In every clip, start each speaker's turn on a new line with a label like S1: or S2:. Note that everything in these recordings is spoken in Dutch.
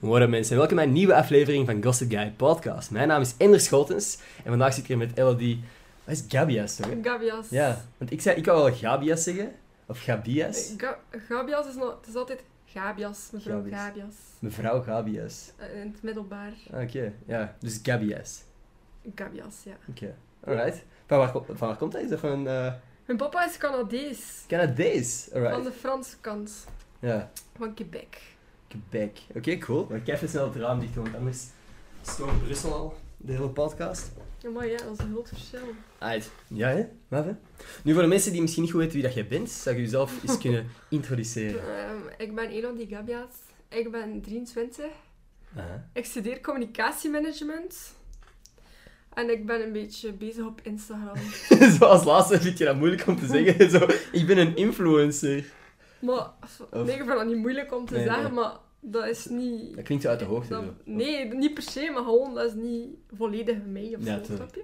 S1: What up mensen, welkom bij een nieuwe aflevering van Gossip Guy Podcast. Mijn naam is Ender Schotens en vandaag zit ik hier met Elodie... Wat is Gabias toch? hè?
S2: Gabias. Eh,
S1: Ja, want ik zei, ik wou wel Gabias zeggen. Of Gabias.
S2: Ga- Gabias is, nog, het is altijd Gabias, mevrouw
S1: Gabias.
S2: Gabias.
S1: Mevrouw Gabias.
S2: Eh, In het middelbaar
S1: Ah, Oké, ja. Dus Gabias.
S2: Gabias, ja.
S1: Oké, alright. Van waar, ko- van waar komt dat? Is dat van eh
S2: Mijn papa is Canadees.
S1: Canadees?
S2: Van
S1: Alright.
S2: de Franse kant.
S1: Ja,
S2: Van Quebec.
S1: Quebec. Oké, cool. Maar ik ga even snel het raam dicht doen, want anders stoomt Brussel al de hele podcast.
S2: Maar ja, dat is een groot verschil.
S1: Uit. Ja, hè? Wat, hè? Nu, voor de mensen die misschien niet goed weten wie dat jij bent, zou je jezelf eens kunnen introduceren.
S2: Ehm, ik ben Elodie Gabias. Ik ben 23.
S1: Aha.
S2: Ik studeer communicatiemanagement. En ik ben een beetje bezig op Instagram.
S1: Zoals laatste vind je dat moeilijk om te zeggen. Zo, ik ben een influencer.
S2: Maar, nee, ik vind dat niet moeilijk om te
S1: Nee,
S2: zeggen,
S1: nee.
S2: maar dat is niet...
S1: Dat klinkt zo uit de hoogte.
S2: Dat-
S1: zo.
S2: nee, niet per se, maar gewoon, dat is niet volledig mij of
S1: Ja,
S2: zo,
S1: tuurlijk.
S2: snap je?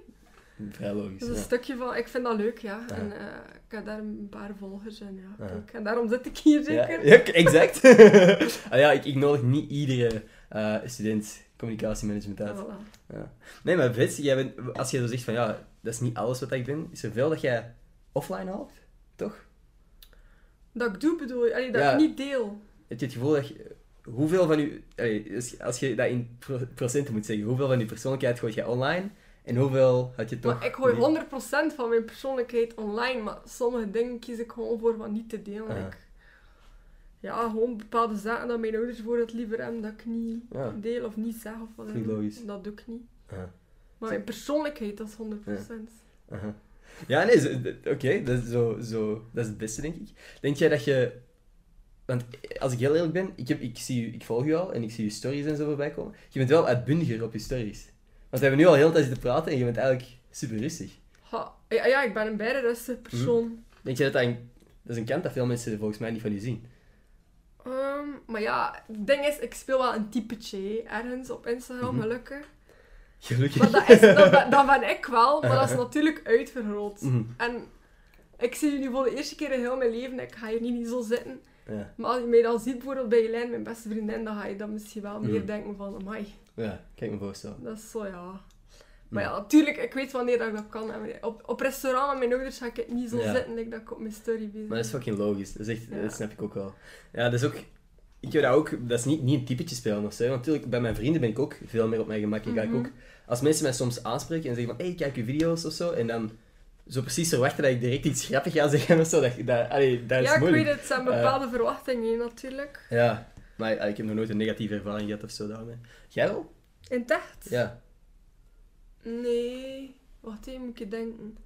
S1: Vrij
S2: Dat is
S1: logisch.
S2: een
S1: Ja.
S2: stukje van, ik vind dat leuk, ja.
S1: Ja.
S2: En eh, ik heb daar een paar volgers en ja,
S1: Ja.
S2: kijk, en daarom zit ik hier zeker.
S1: Ja, ja, exact. ah, ja, ik, ik nodig niet iedere eh, student communicatiemanagement
S2: Ja,
S1: uit.
S2: voilà.
S1: Nee, maar Vets, jij bent, als je zo zegt van ja, dat is niet alles wat ik ben, is er veel dat jij offline haalt, toch?
S2: Dat ik doe, bedoel je? Allee, dat
S1: Ja.
S2: ik niet deel.
S1: Heb je het gevoel dat je, hoeveel van je, allee, als- als je dat in pro- procenten moet zeggen, hoeveel van je persoonlijkheid gooit jij online en hoeveel had je toch...
S2: Maar ik gooi
S1: niet?
S2: 100% van mijn persoonlijkheid online, maar sommige dingen kies ik gewoon voor wat niet te delen.
S1: Ja.
S2: Ik, ja, gewoon bepaalde zaken dat mijn ouders voor het liever hebben dat ik niet
S1: Ja.
S2: deel of niet zeg of wat
S1: Klinkt
S2: dan ook.
S1: logisch.
S2: Dat doe ik niet.
S1: Ja.
S2: Maar mijn persoonlijkheid, dat is 100%.
S1: Aha. Ja, nee, zo- d- oké, dat, is zo, zo, dat is het beste, denk ik. Denk jij dat je... Want eh, als ik heel eerlijk ben, ik, heb, ik, zie, u- ik volg je al en ik zie je stories en zo voorbij komen. Je bent wel uitbundiger op je stories. Want we hebben nu al heel de tijd zitten praten en je bent eigenlijk super rustig.
S2: Ha, ja, ja, ik ben een bijna rustig persoon.
S1: Denk jij dat dat een, dat is een kant dat veel mensen volgens mij niet van je zien?
S2: Ehm, maar ja, het ding is, ik speel wel een typetje hè, ergens op Instagram,
S1: Mhm.
S2: gelukkig.
S1: Gelukkig.
S2: Maar dat, is, dat, ben- dat ben ik wel, maar dat is natuurlijk uitvergroot.
S1: Mhm,
S2: En ik zie jullie voor de eerste keer in heel mijn leven, ik ga hier niet, niet zo zitten.
S1: ja.
S2: Maar als je mij dan ziet, bijvoorbeeld bij Jolijn, mijn beste vriendin, dan ga je dan misschien wel meer
S1: Mhm.
S2: denken van, amai,
S1: ja, kijk me voorstellen.
S2: dat is zo ja. Maar
S1: Mhm.
S2: ja, natuurlijk, ik weet wanneer dat ik dat kan. En wanneer- Op, op restaurant met mijn ouders ga ik niet zo
S1: Ja.
S2: zitten, like dat ik op mijn story bezig
S1: Maar dat is
S2: ben.
S1: fucking logisch. Dat, is echt,
S2: Ja.
S1: dat snap ik ook wel. Ja, dat is ook... Ik heb dat ook... Dat is niet, niet een typetje spelen of zo. Want natuurlijk, bij mijn vrienden ben ik ook veel meer op mijn gemak. Ik ga
S2: Mhm.
S1: ik ook... Als mensen mij soms aanspreken en zeggen van... Hé, hey, kijk je video's of zo. En dan zo precies verwachten dat ik direct iets grappigs ga zeggen of zo. Dat, dat, allee, dat is
S2: ja, ik
S1: moeilijk.
S2: weet het, het zijn
S1: Eh.
S2: bepaalde verwachtingen hè, natuurlijk.
S1: Ja. Maar allee, ik heb nog nooit een negatieve ervaring gehad of zo daarmee. Jij wel?
S2: In het echt?
S1: Ja.
S2: Nee, wacht even, moet ik denken.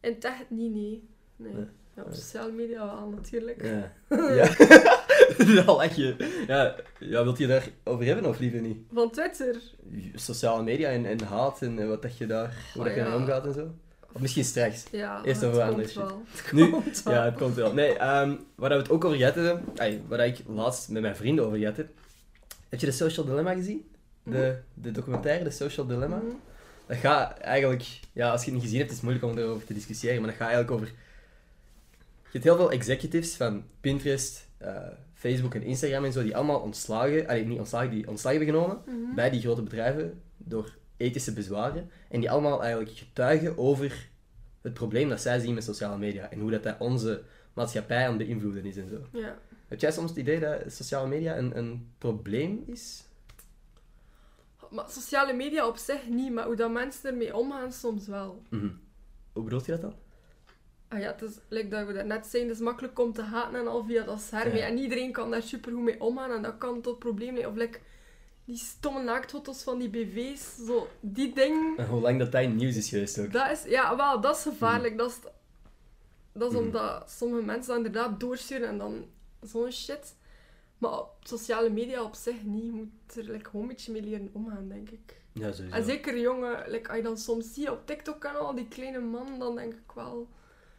S2: In het echt niet, nee. nee.
S1: Nee.
S2: Ja, op sociale media wel, natuurlijk.
S1: Ja. ja. dan lach je. Ja. ja, wilt je daarover hebben of liever niet?
S2: Van Twitter?
S1: Sociale media en, en haat en eh, wat dat je daar... Hoe
S2: Oh,
S1: dat je
S2: ja.
S1: mee omgaat en zo. Of misschien straks.
S2: Ja,
S1: Eerst
S2: het
S1: over
S2: komt
S1: andere shit.
S2: wel. Het
S1: Nu-
S2: komt wel.
S1: Ja, het komt wel. Nee, ehm, waar we het ook over gehad hebben, ai, waar ik laatst met mijn vrienden over gehad heb. Heb je de Social Dilemma gezien? De, de documentaire, de Social Dilemma?
S2: Mhm.
S1: Dat gaat eigenlijk, ja, als je het niet gezien hebt, is het moeilijk om erover te discussiëren, maar dat gaat eigenlijk over... Je hebt heel veel executives van Pinterest, eh, Facebook en Instagram en zo, die allemaal ontslagen, allee, niet ontslagen, die ontslag hebben genomen
S2: Mhm.
S1: bij die grote bedrijven door ethische bezwaren. En die allemaal eigenlijk getuigen over het probleem dat zij zien met sociale media. En hoe dat, dat onze maatschappij aan het beïnvloeden is en zo.
S2: Ja.
S1: Heb jij soms het idee dat sociale media een, een probleem is?
S2: Maar sociale media op zich niet, maar hoe dat mensen ermee omgaan soms wel.
S1: Mhm. Hoe bedoelt je dat dan?
S2: Ah ja, het is, like dat we daarnet zeiden, het is makkelijk om te haten en al via dat scherm.
S1: Ja.
S2: En iedereen kan daar supergoed mee omgaan en dat kan tot problemen leiden. Of like, die stomme naaktfoto's van die bv's, zo, die dingen.
S1: En hoe lang dat dat in het nieuws is geweest ook.
S2: Dat is, ja, wel, dat is
S1: Hmm.
S2: gevaarlijk. Dat is, dat is omdat sommige mensen dat inderdaad doorsturen en dan zo'n shit. Maar op sociale media op zich niet. Je moet er like, gewoon een beetje mee leren omgaan, denk ik.
S1: Ja, sowieso.
S2: En zeker jongen, like, als je dan soms ziet op TikTok en al die kleine man, dan denk ik wel...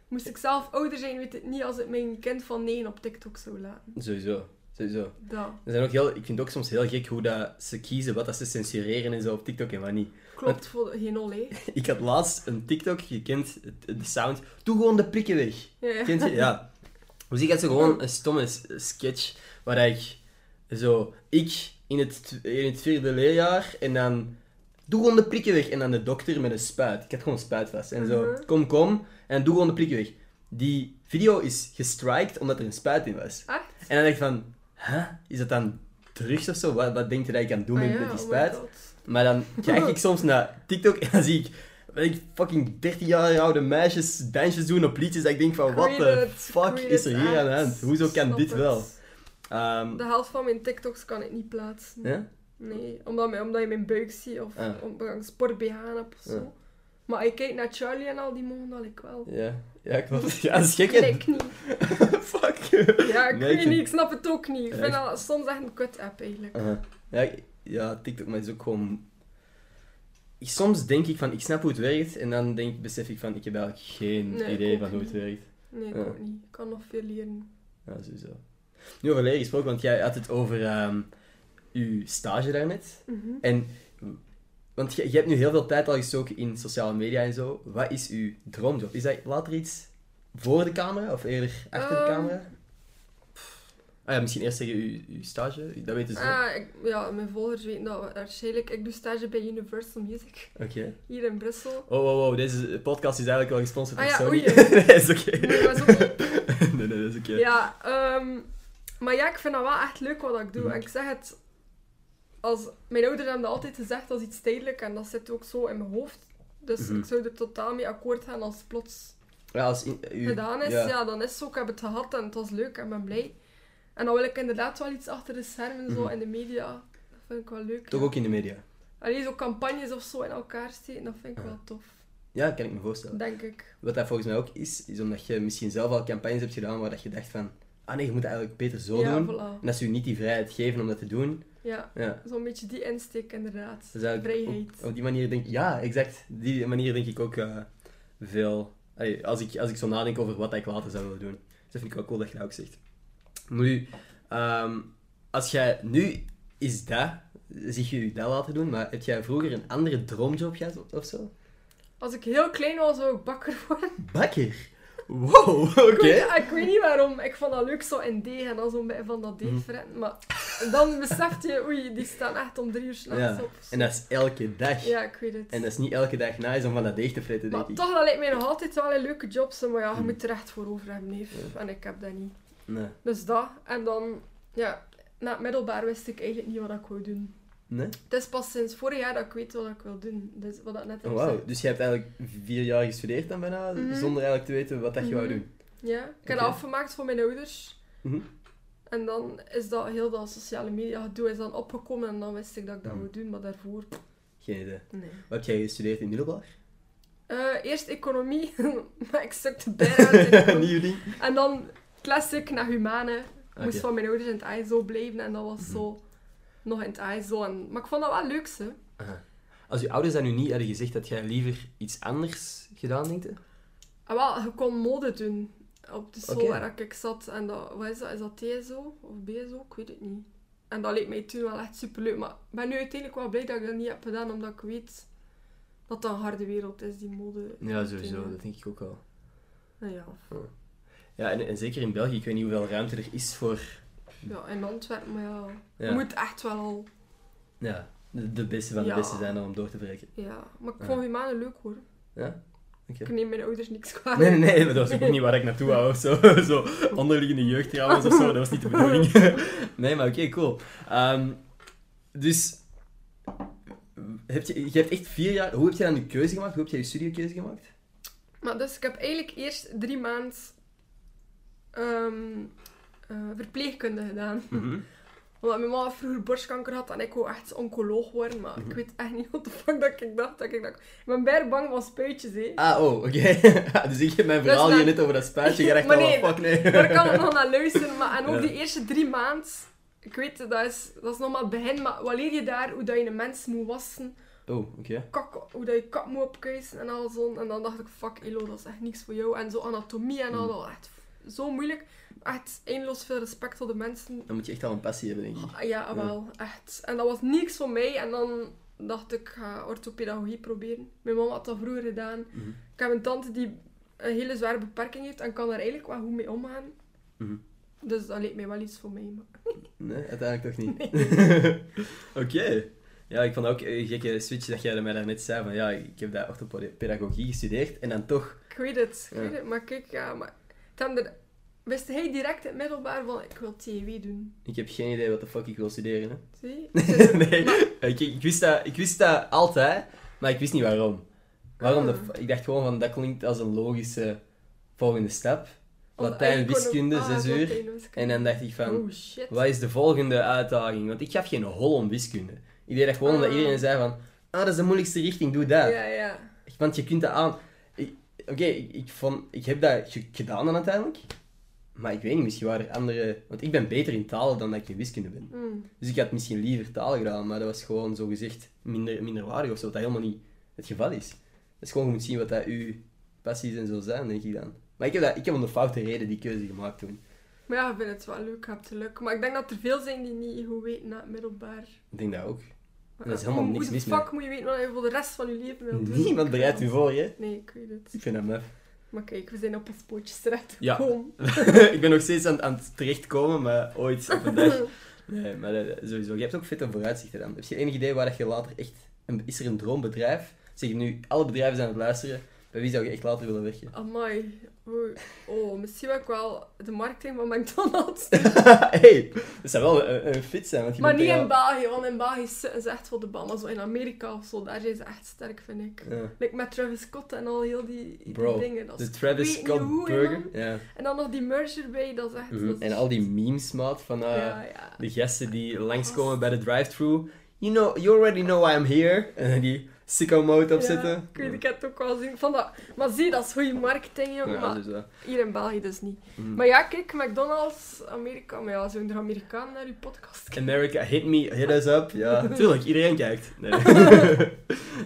S2: Moest ik zelf ouder zijn, weet ik niet als ik mijn kind van 9 op TikTok zou laten.
S1: Sowieso. Sowieso.
S2: Dat,
S1: Er zijn ook heel, ik vind het ook soms heel gek hoe dat ze kiezen wat dat ze censureren en zo op TikTok en wat niet.
S2: klopt voor geen ol, hè.
S1: Ik had laatst een TikTok, je kent het- de sound. Doe gewoon de prikken weg.
S2: Ja, ja.
S1: Kent je? Ja. Dus ik had zo gewoon een stomme s- sketch waar ik zo... Ik in het, tw- in het vierde leerjaar en dan... Doe gewoon de prikken weg. En dan de dokter met een spuit. Ik had gewoon een spuit vast. En zo,
S2: Mhm.
S1: kom, kom. En doe gewoon de prikken weg. Die video is gestrikt omdat er een spuit in was.
S2: Echt?
S1: En dan dacht ik van... Huh? Is dat dan drugs of zo? Wat, wat denk je dat ik kan doen
S2: Ah
S1: met,
S2: ja,
S1: met die
S2: oh my
S1: spuit?
S2: god.
S1: Maar dan kijk ik soms naar TikTok en dan zie ik, weet ik fucking 13 jaar oude meisjes dansjes doen op liedjes. Dat ik denk van, wat
S2: Queen
S1: de
S2: it,
S1: Oh, fuck
S2: queen
S1: is er
S2: it
S1: hier aan de
S2: out.
S1: hand? Hoezo kan
S2: Snap
S1: dit
S2: het.
S1: wel? Ehm,
S2: De helft van mijn TikToks kan ik niet plaatsen.
S1: ja?
S2: Nee, omdat, mij- omdat je mijn buik ziet of
S1: Ah.
S2: omdat ik een sport BH heb of zo.
S1: Ah.
S2: Maar ik kijk naar Charlie en al, die mogen dat ik wel.
S1: Ja, ja, klopt. Ja, dat is gek,
S2: En
S1: hè?
S2: ik niet.
S1: Fuck.
S2: Ja, ik
S1: Nee, ik
S2: weet
S1: vind-
S2: niet, ik snap het ook niet. Ik
S1: Ja,
S2: vind
S1: ik- Ah.
S2: dat soms echt een kut-app eigenlijk.
S1: Aha. Ja, ik- ja, TikTok, maar is ook gewoon... Ik- Soms denk ik van, ik snap hoe het werkt, en dan denk, besef ik van, ik heb eigenlijk geen
S2: Nee, ik
S1: idee
S2: ook
S1: van hoe het
S2: niet.
S1: werkt.
S2: Nee, ik
S1: Ja.
S2: ook niet. Ik kan nog veel leren.
S1: Ja, sowieso. Nu over leren gesproken, want jij had het over ehm uw stage daarnet.
S2: Mhm.
S1: En, want je, je hebt nu heel veel tijd al gestoken in sociale media en zo. Wat is uw droomjob? Is dat later iets voor de camera of eerder achter de
S2: Ehm.
S1: camera? Ah ja, misschien eerst zeggen uw, uw stage. Dat weten ze. wel.
S2: Ah, ik- ja, mijn volgers weten dat wa- waarschijnlijk. Ik doe stage bij Universal Music
S1: Oké.
S2: hier in Brussel.
S1: Oh, wow, wow. Deze podcast is eigenlijk wel gesponsord
S2: Ah
S1: door
S2: ja,
S1: Sony.
S2: oei.
S1: nee, is oké.
S2: Nee, was ook
S1: nee, nee, dat is oké.
S2: Ja, ehm, maar ja, ik vind dat wel echt leuk wat ik doe.
S1: Mhm.
S2: En ik zeg het, als, mijn ouders hebben dat altijd gezegd als iets tijdelijk en dat zit ook zo in mijn hoofd. Dus
S1: Mhm.
S2: ik zou er totaal mee akkoord gaan als het plots
S1: Ja, als in, uw-
S2: gedaan is.
S1: ja.
S2: Ja. dan is het zo, ik heb het gehad en het was leuk en ik ben blij. En dan wil ik inderdaad wel iets achter de schermen, zo
S1: Mhm.
S2: in de media. Dat vind ik wel leuk.
S1: Toch
S2: ja.
S1: ook in de media.
S2: Allee, zo campagnes of zo in elkaar steken, dat vind ik wel tof.
S1: Ja, kan ik me voorstellen.
S2: Denk ik.
S1: Wat dat volgens mij ook is, is omdat je misschien zelf al campagnes hebt gedaan waar dat je dacht van... Ah nee, je moet dat eigenlijk beter zo
S2: ja,
S1: doen.
S2: voilà.
S1: En dat ze u niet die vrijheid geven om dat te doen.
S2: Ja,
S1: Ja,
S2: zo'n beetje die insteek inderdaad.
S1: Dus eigenlijk
S2: Vrijheid.
S1: Op, op die manier denk ik, ja, exact. Die manier denk ik ook eh, veel. Allee, als, ik, als ik zo nadenk over wat ik later zou willen doen. Dus dat vind ik wel cool dat je dat ook zegt. Nu, ehm, als jij nu is dat, zie je je dat laten doen, maar heb jij vroeger een andere droomjob gehad of- of zo?
S2: Als ik heel klein was, zou ik bakker worden.
S1: Bakker! Wow, oké.
S2: Ik, weet, ik weet niet waarom. Ik vond dat leuk zo in deeg en dan zo'n beetje van dat deeg
S1: Mhm.
S2: fretten. Maar dan beseft je, oei, die staan echt om drie uur s'nachts
S1: Ja,
S2: op.
S1: En dat is elke dag.
S2: Ja, ik weet het.
S1: En dat is niet elke dag nice om van dat deeg te fritten, denk
S2: maar
S1: ik.
S2: toch, dat lijkt mij nog altijd wel een leuke job. zo, Maar ja, je
S1: Mhm.
S2: moet er echt voor over hebben, neef. En ik heb dat niet.
S1: Nee.
S2: Dus dat. En dan, ja, na het middelbaar wist ik eigenlijk niet wat ik wou doen.
S1: nee?
S2: Het is pas sinds vorig jaar dat ik weet wat ik wil doen. Dus wat ik net heb
S1: Oh, wauw.
S2: gezegd.
S1: Dus je hebt eigenlijk vier jaar gestudeerd dan bijna,
S2: Mhm.
S1: zonder eigenlijk te weten wat dat je wou
S2: Mhm.
S1: doen.
S2: Ja, ik heb
S1: Oké.
S2: dat afgemaakt voor mijn ouders.
S1: Mhm.
S2: En dan is dat heel dat sociale media gedoe is dan opgekomen en dan wist ik dat ik dat
S1: Mhm.
S2: wou doen, maar daarvoor, pff,
S1: Geen idee.
S2: nee.
S1: Wat heb jij gestudeerd in middelbaar?
S2: Eh, eerst economie, maar ik stukte bijna uit in economie.
S1: Nieuw ding.
S2: En dan classic naar humane. Ik
S1: Oké. Mhm.
S2: moest van mijn ouders in het ISO blijven en dat was zo nog in het ISO. En, maar ik vond dat wel leuk, hè.
S1: Aha. Als je ouders dan nu niet hadden gezegd dat jij liever iets anders gedaan denkt, hè?
S2: En Ah, wel, je kon mode doen op de school
S1: Oké.
S2: waar ik zat. En dat, wat is dat? Is dat TSO of BSO? Ik weet het niet. En dat leek mij toen wel echt superleuk. Maar ik ben nu uiteindelijk wel blij dat ik dat niet heb gedaan, omdat ik weet dat dat een harde wereld is, die mode.
S1: ja, sowieso,
S2: Ja.
S1: dat denk ik ook wel.
S2: Nou ja,
S1: Ja, en, en zeker in België, ik weet niet hoeveel ruimte er is voor
S2: ja, in Antwerpen, maar ja.
S1: ja,
S2: Je moet echt wel al...
S1: ja, de, de beste van de
S2: Ja.
S1: beste zijn om door te breken.
S2: Ja. Maar ik
S1: Ja.
S2: vond humanen leuk, hoor.
S1: Ja? Oké.
S2: Ik neem mijn ouders niks kwalijk.
S1: Nee, nee, nee, maar dat was ook niet waar ik naartoe wou of zo. Zo onderliggende jeugdtrauma's of zo, dat was niet de bedoeling. Nee, maar oké, cool. Ehm, dus, heb je, je hebt echt vier jaar, hoe heb je dan de keuze gemaakt? Hoe heb je je studiekeuze gemaakt?
S2: Maar dus ik heb eigenlijk eerst drie maanden ehm, eh, verpleegkunde gedaan. Omdat mijn mama vroeger borstkanker had en ik wou echt oncoloog worden, maar ik weet echt niet wat de fuck dat ik dacht. Dat ik, dacht. ik ben bijna bang van spuitjes, hè.
S1: Ah, oh, oké. dus ik heb mijn
S2: Dus
S1: verhaal hier
S2: dan-
S1: net over dat spuitje gedacht.
S2: Maar
S1: al,
S2: nee,
S1: fuck nee.
S2: Daar kan ik nog naar luisteren, maar en ook
S1: Ja.
S2: die eerste drie maanden, ik weet, het, dat is, dat is nog maar het begin, maar wat leer je daar? Hoe dat je een mens moet wassen,
S1: Oh, oké.
S2: kak, hoe dat je kat moet opkuisen en al zo. En dan dacht ik, fuck Elo, dat is echt niks voor jou. En zo anatomie
S1: Hmm.
S2: en al, dat was echt zo moeilijk. Echt eindeloos veel respect voor de mensen
S1: Dan moet je echt al een passie hebben, denk ik.
S2: Ah, Ja, wel, echt. En dat was niks voor mij. En dan dacht ik, ik ga orthopedagogie proberen. Mijn mama had dat vroeger gedaan.
S1: Mhm.
S2: Ik heb een tante die een hele zware beperking heeft en kan daar eigenlijk wel goed mee omgaan.
S1: Mhm.
S2: Dus dat leek mij wel iets voor mij. Maar...
S1: Nee, uiteindelijk toch niet. Oké. Ja, ik vond ook een gekke switch dat jij mij daarnet zei van ja, ik heb daar orthopedagogie gestudeerd en dan toch...
S2: Ik weet het, ik
S1: Ja.
S2: weet het. Maar kijk, ja, maar... Dan de... wist hij direct in het middelbaar van, ik wil TV doen.
S1: Ik heb geen idee wat de fuck ik wil studeren, hè.
S2: Zie?
S1: nee, Eh, ik, ik, wist dat, ik wist dat altijd, maar ik wist niet waarom. Waarom
S2: Ah.
S1: de, f- ik dacht gewoon van, dat klinkt als een logische volgende stap. Latijn, wiskunde, zes
S2: zes
S1: uur. En dan dacht ik van,
S2: Oh shit.
S1: wat is de volgende uitdaging? Want ik gaf geen hol om wiskunde. Ik deed dat gewoon omdat
S2: Ah.
S1: iedereen zei van, ah, dat is de moeilijkste richting, doe dat.
S2: Ja, ja.
S1: Want je kunt dat aan... ik- Oké, ik, ik, vond- ik heb dat ge- gedaan dan uiteindelijk. Maar ik weet niet, misschien waren er andere... Want ik ben beter in talen dan dat ik in wiskunde ben.
S2: Hmm.
S1: Dus ik had misschien liever taal gedaan, maar dat was gewoon zo gezegd minder, minderwaardig of zo. Wat dat helemaal niet het geval is. Dat is gewoon, je moet zien wat dat uw passies en zo zijn, denk ik dan. Maar ik heb, dat, ik heb om de foute reden die keuze gemaakt toen.
S2: Maar ja, ik vind het wel leuk, ik heb het geluk. Maar ik denk dat er veel zijn die niet goed weten na het middelbaar.
S1: Ik denk dat ook.
S2: Maar
S1: Er is helemaal
S2: hoe-
S1: niks mis
S2: Hoe de fuck moet je weten wat je voor de rest van je leven wilt doen?
S1: Niemand bereidt u voor, hè?
S2: Nee, ik weet het.
S1: Ik vind dat maf.
S2: Maar kijk, we zijn op ons pootjes terecht
S1: Ja.
S2: gekomen.
S1: ik ben nog steeds aan, aan het terechtkomen, maar ooit op een dag. Nee, maar dat- dat- sowieso. Je hebt ook vette vooruitzichten dan. Heb je enig idee waar dat je later echt... een- is er een droombedrijf? Zeg nu, alle bedrijven zijn aan het luisteren. Bij wie zou je echt later willen werken?
S2: Amai. Oei. Oh, misschien wil ik wel de marketing van McDonald's.
S1: hey, dat zou wel een, een fit zijn. Want je
S2: maar
S1: bent
S2: niet
S1: er
S2: in
S1: al-
S2: België, want in België zitten ze echt voor de bal. Maar zo in Amerika of zo, daar zijn ze echt sterk, vind ik.
S1: Ja.
S2: Like met Travis Scott en al heel die, die
S1: Bro,
S2: dingen. Dat is-
S1: De Travis
S2: weet niet
S1: Scott
S2: hoe,
S1: Burger.
S2: man.
S1: Ja.
S2: En dan nog die merge erbij, dat is echt... dat is-
S1: Mhm, En al die memes, maat, van eh,
S2: Ja, ja.
S1: de gasten die langskomen bij de drive-thru. You, know, you already know why I'm here. En dan die sicko mode
S2: Ja,
S1: opzetten.
S2: ik weet, ik heb het ook wel zien. Van dat, maar zie, dat is goede marketing, joh,
S1: Ja,
S2: maar
S1: sowieso.
S2: hier in België dus niet.
S1: Mm.
S2: Maar ja, kijk, McDonald's, Amerika, maar ja, zo'n Amerikaan naar uw podcast kijken.
S1: America, hit me, hit us up. Ja, tuurlijk, iedereen kijkt. Nee,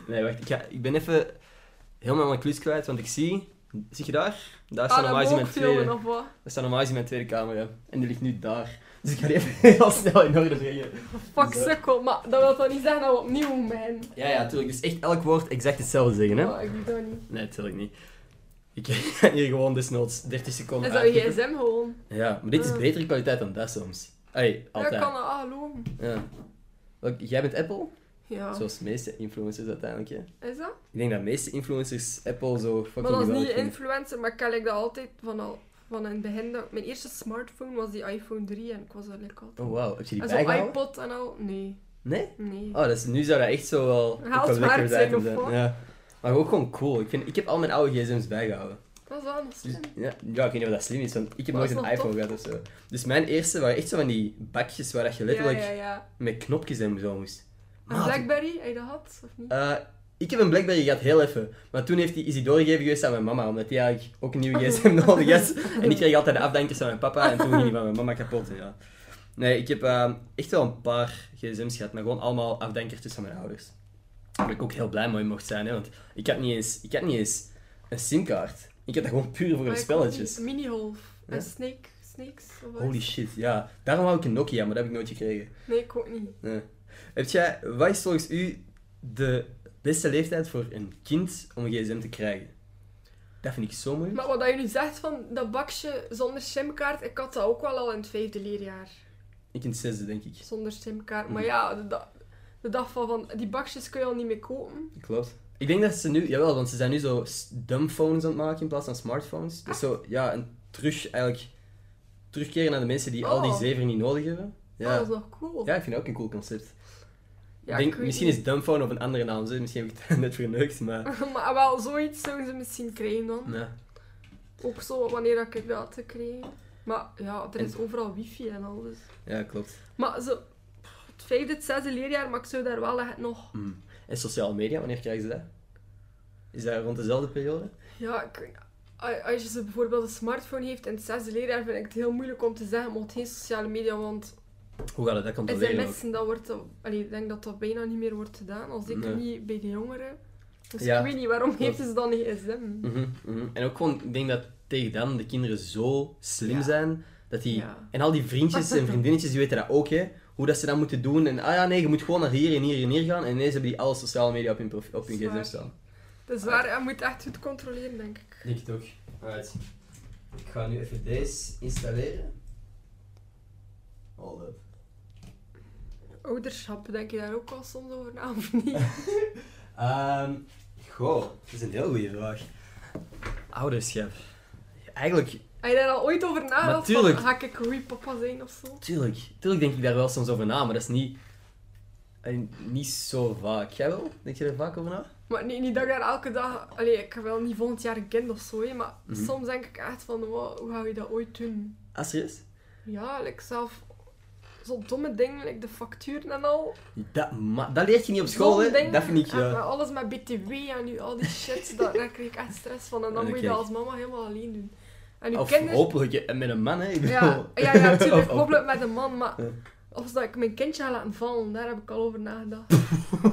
S1: nee wacht, ik, ga, ik ben even helemaal mijn klus kwijt, want ik zie... Zie je daar? Daar staat
S2: Ah,
S1: normaal
S2: dat
S1: gezien mijn
S2: mocht, jongen,
S1: tweede.
S2: of wat?
S1: Daar staat normaal gezien mijn tweede camera. En die ligt nu daar. Dus ik ga die even heel snel in orde brengen.
S2: Fuck sukkel, maar dat wil toch niet zeggen dat we opnieuw zijn?
S1: Ja, ja, natuurlijk. Dus echt elk woord exact hetzelfde zeggen, hè?
S2: Maar ik doe dat niet.
S1: Nee, natuurlijk niet. Ik ga hier gewoon desnoods 30 seconden
S2: En zou je
S1: uitknippen.
S2: gsm gewoon?
S1: Ja, maar dit is
S2: Ah.
S1: betere kwaliteit dan dat soms. Allee,
S2: Ja, ik
S1: altijd.
S2: kan dat ah, geloven.
S1: Ja. Wel, Jij bent Apple?
S2: Ja,
S1: Zoals de meeste influencers uiteindelijk, hè?
S2: is dat?
S1: Ik denk dat de meeste influencers Apple zo fucking
S2: Maar dat is
S1: geweldig
S2: niet
S1: vinden.
S2: influencer, maar ik ken dat altijd van al... Van in het begin, dat- mijn eerste smartphone was die iPhone 3 en ik was dat lekker altijd.
S1: Oh, wauw. Heb je die
S2: En zo'n
S1: bijgehouden?
S2: Ah, iPod en al? Nee,
S1: Nee?
S2: nee.
S1: Oh, dus nu zou dat echt zo wel... ook wel
S2: Haalt
S1: lekker
S2: waard
S1: zijn om
S2: zijn of
S1: te-
S2: wat?
S1: Ja. Maar ook gewoon cool. Ik, vind, ik heb al mijn oude gsm's bijgehouden.
S2: Dat is wel nog slim.
S1: Ja, ja, ik weet niet of dat slim is, want ik heb
S2: Maar
S1: nooit
S2: dat
S1: een
S2: is nog
S1: iPhone gehad of zo. Dus mijn eerste waren echt zo van die bakjes waar dat je letterlijk Ah,
S2: Ja, ja, ja.
S1: met knopjes en zo moest.
S2: En
S1: Maat,
S2: Blackberry, heb je dat gehad? Of niet?
S1: eh, ik heb een Blackberry gehad, heel even. Maar toen heeft hij is die doorgegeven geweest aan mijn mama, omdat hij eigenlijk ook een nieuwe gsm nodig had. En ik kreeg altijd de afdankers van mijn papa en toen ging die van mijn mama kapot. en Ja. Nee, ik heb eh, echt wel een paar gsm's gehad, maar gewoon allemaal afdankertjes van mijn ouders. Waar ik ook heel blij mee mocht zijn, hè, want ik had niet eens, ik had niet eens een simkaart. Ik had dat gewoon puur voor
S2: Maar
S1: de
S2: ik
S1: spelletjes.
S2: kon niet. Mini-Golf.
S1: Ja.
S2: En Snake. Snakes? Of wat?
S1: Holy shit, ja. Daarom wou ik een Nokia, maar dat heb ik nooit gekregen.
S2: Nee, ik ook niet.
S1: Nee. Heb jij, wat is volgens u de beste leeftijd voor een kind om een gsm te krijgen? Dat vind ik zo moeilijk.
S2: Maar wat dat je nu zegt van dat bakje zonder simkaart, ik had dat ook wel al in het vijfde leerjaar.
S1: Ik in het zesde, denk ik.
S2: Zonder simkaart. Maar
S1: Mhm.
S2: ja, de, da- de dag van, van die bakjes kun je al niet meer kopen.
S1: Klopt. Ik denk dat ze nu, jawel, want ze zijn nu zo s- dumbphones aan het maken in plaats van smartphones. Dus zo, ja, een terug, eigenlijk, terugkeren naar de mensen die al die
S2: Oh.
S1: zeven niet nodig hebben.
S2: Ja.
S1: Ja.
S2: dat is nog cool.
S1: ja, ik vind dat ook een cool concept.
S2: Ja,
S1: denk,
S2: ik weet
S1: misschien
S2: niet.
S1: is dumbphone of een andere naam, zo. misschien heb ik het net verneukt, maar...
S2: maar wel, zoiets zouden ze misschien krijgen dan.
S1: Nee.
S2: Ook zo, wanneer dat ik dat had gekregen. Maar ja, er is overal wifi en al, dus...
S1: Ja, klopt.
S2: Maar zo, pff, het vijfde, het zesde leerjaar, maar ik zou daar wel echt nog...
S1: Mm. En sociale media, wanneer krijgen ze dat? Is dat rond dezelfde periode?
S2: Ja, ik, weet- a- als je ze bijvoorbeeld een smartphone heeft in het zesde leerjaar, vind ik het heel moeilijk om te zeggen, mocht geen sociale media, want
S1: Hoe gaat het dat controleren? ook?
S2: sms'en, dat wordt... dat- allee, ik denk dat dat bijna niet meer wordt gedaan, al
S1: Nee.
S2: zeker niet bij de jongeren. Dus
S1: Ja.
S2: ik weet niet, waarom
S1: Klopt.
S2: heeft ze dan geen gsm?
S1: Mhm, mhm. En ook gewoon, ik denk dat tegen dan de kinderen zo slim
S2: Ja.
S1: zijn dat die.
S2: Ja.
S1: En al die vriendjes en vriendinnetjes die weten dat ook, hè? Hoe dat ze dat moeten doen. En ah ja, nee, je moet gewoon naar hier en hier en hier gaan. En ineens hebben die alle sociale media op hun, prof- op hun
S2: Zwaar.
S1: gsm staan.
S2: Dat is waar, je moet echt goed controleren, denk ik.
S1: TikTok. Right. Ik ga nu even deze installeren.
S3: Altijd.
S2: Ouderschap, denk je daar ook al soms over na, of niet?
S1: Ehm, goh, dat is een heel goede vraag. Ouderschap. Eigenlijk,
S2: Heb je daar al ooit over nagedacht? van, "Ah,
S1: tuurlijk.
S2: Ga ik een goede papa zijn of zo?
S1: tuurlijk, tuurlijk denk ik daar wel soms over na, maar dat is niet, en niet zo vaak. Jij wel? Denk je daar vaak over na?
S2: Maar niet, niet dat ik daar elke dag... Allee, ik heb wel niet volgend jaar een kind of zo, hè, maar
S1: Mhm.
S2: soms denk ik echt van, wow, hoe ga je dat ooit doen?
S1: Ah, serieus?
S2: Ja, like zelf... Zo'n domme dingen, like de facturen en al.
S1: Dat, ma- dat leert je niet op school,
S2: Zo'n
S1: hè?
S2: ding.
S1: Dat vind ik,
S2: En met
S1: ja.
S2: alles met BTW en nu al die shit, daar, daar kreeg ik echt stress van. En dan
S1: Ja,
S2: moet je dat
S1: kijk.
S2: als mama helemaal alleen doen. En je
S1: Of
S2: kinderen...
S1: hopelijk eh, met een man, hè? Ik
S2: Ja,
S1: bedoel-
S2: ja, ja, natuurlijk.
S1: Of- of-
S2: Hopelijk met een man, maar...
S1: Ja.
S2: Of dat ik mijn kindje ga laten vallen, daar heb ik al over nagedacht.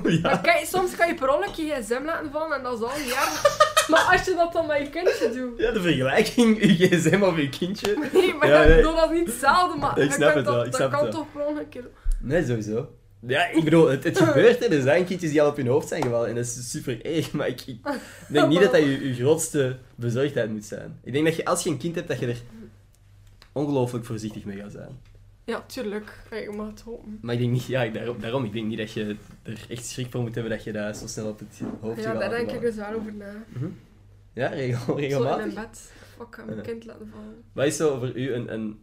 S1: ja.
S2: Maar kijk, soms kan je per ongeluk je gsm laten vallen en dat is al een jaar. maar als je dat dan met je kindje doet...
S1: Ja, de vergelijking, je gsm of je kindje.
S2: Nee, maar
S1: Ja,
S2: ik
S1: nee.
S2: bedoel, dat is niet hetzelfde, maar...
S1: Ik
S2: je
S1: snap
S2: kunt
S1: het wel,
S2: dat-
S1: ik
S2: dat
S1: snap het
S2: kan
S1: wel.
S2: toch per ongeluk... een-
S1: Nee, sowieso. Ja, ik bedoel, het, het gebeurt, hè. Er zijn kindjes die al op hun hoofd zijn gevallen en dat is super erg, maar ik, ik denk niet dat dat je, je grootste bezorgdheid moet zijn. Ik denk dat je, als je een kind hebt, dat je er ongelooflijk voorzichtig mee gaat zijn.
S2: Ja, tuurlijk. Kijk, ik mag het hopen.
S1: Maar ik denk niet, ja, ik- daarom, daarom, ik denk niet dat je er echt schrik voor moet hebben dat je daar zo snel op het hoofd
S2: Ja,
S1: gaat
S2: daar denk ik
S1: vallen.
S2: dus wel over na.
S1: Ja, regel,
S2: Zo in mijn
S1: regelmatig.
S2: bed. Fuck, ik ga mijn
S1: Ja.
S2: kind laten vallen.
S1: Wat is zo voor u een, een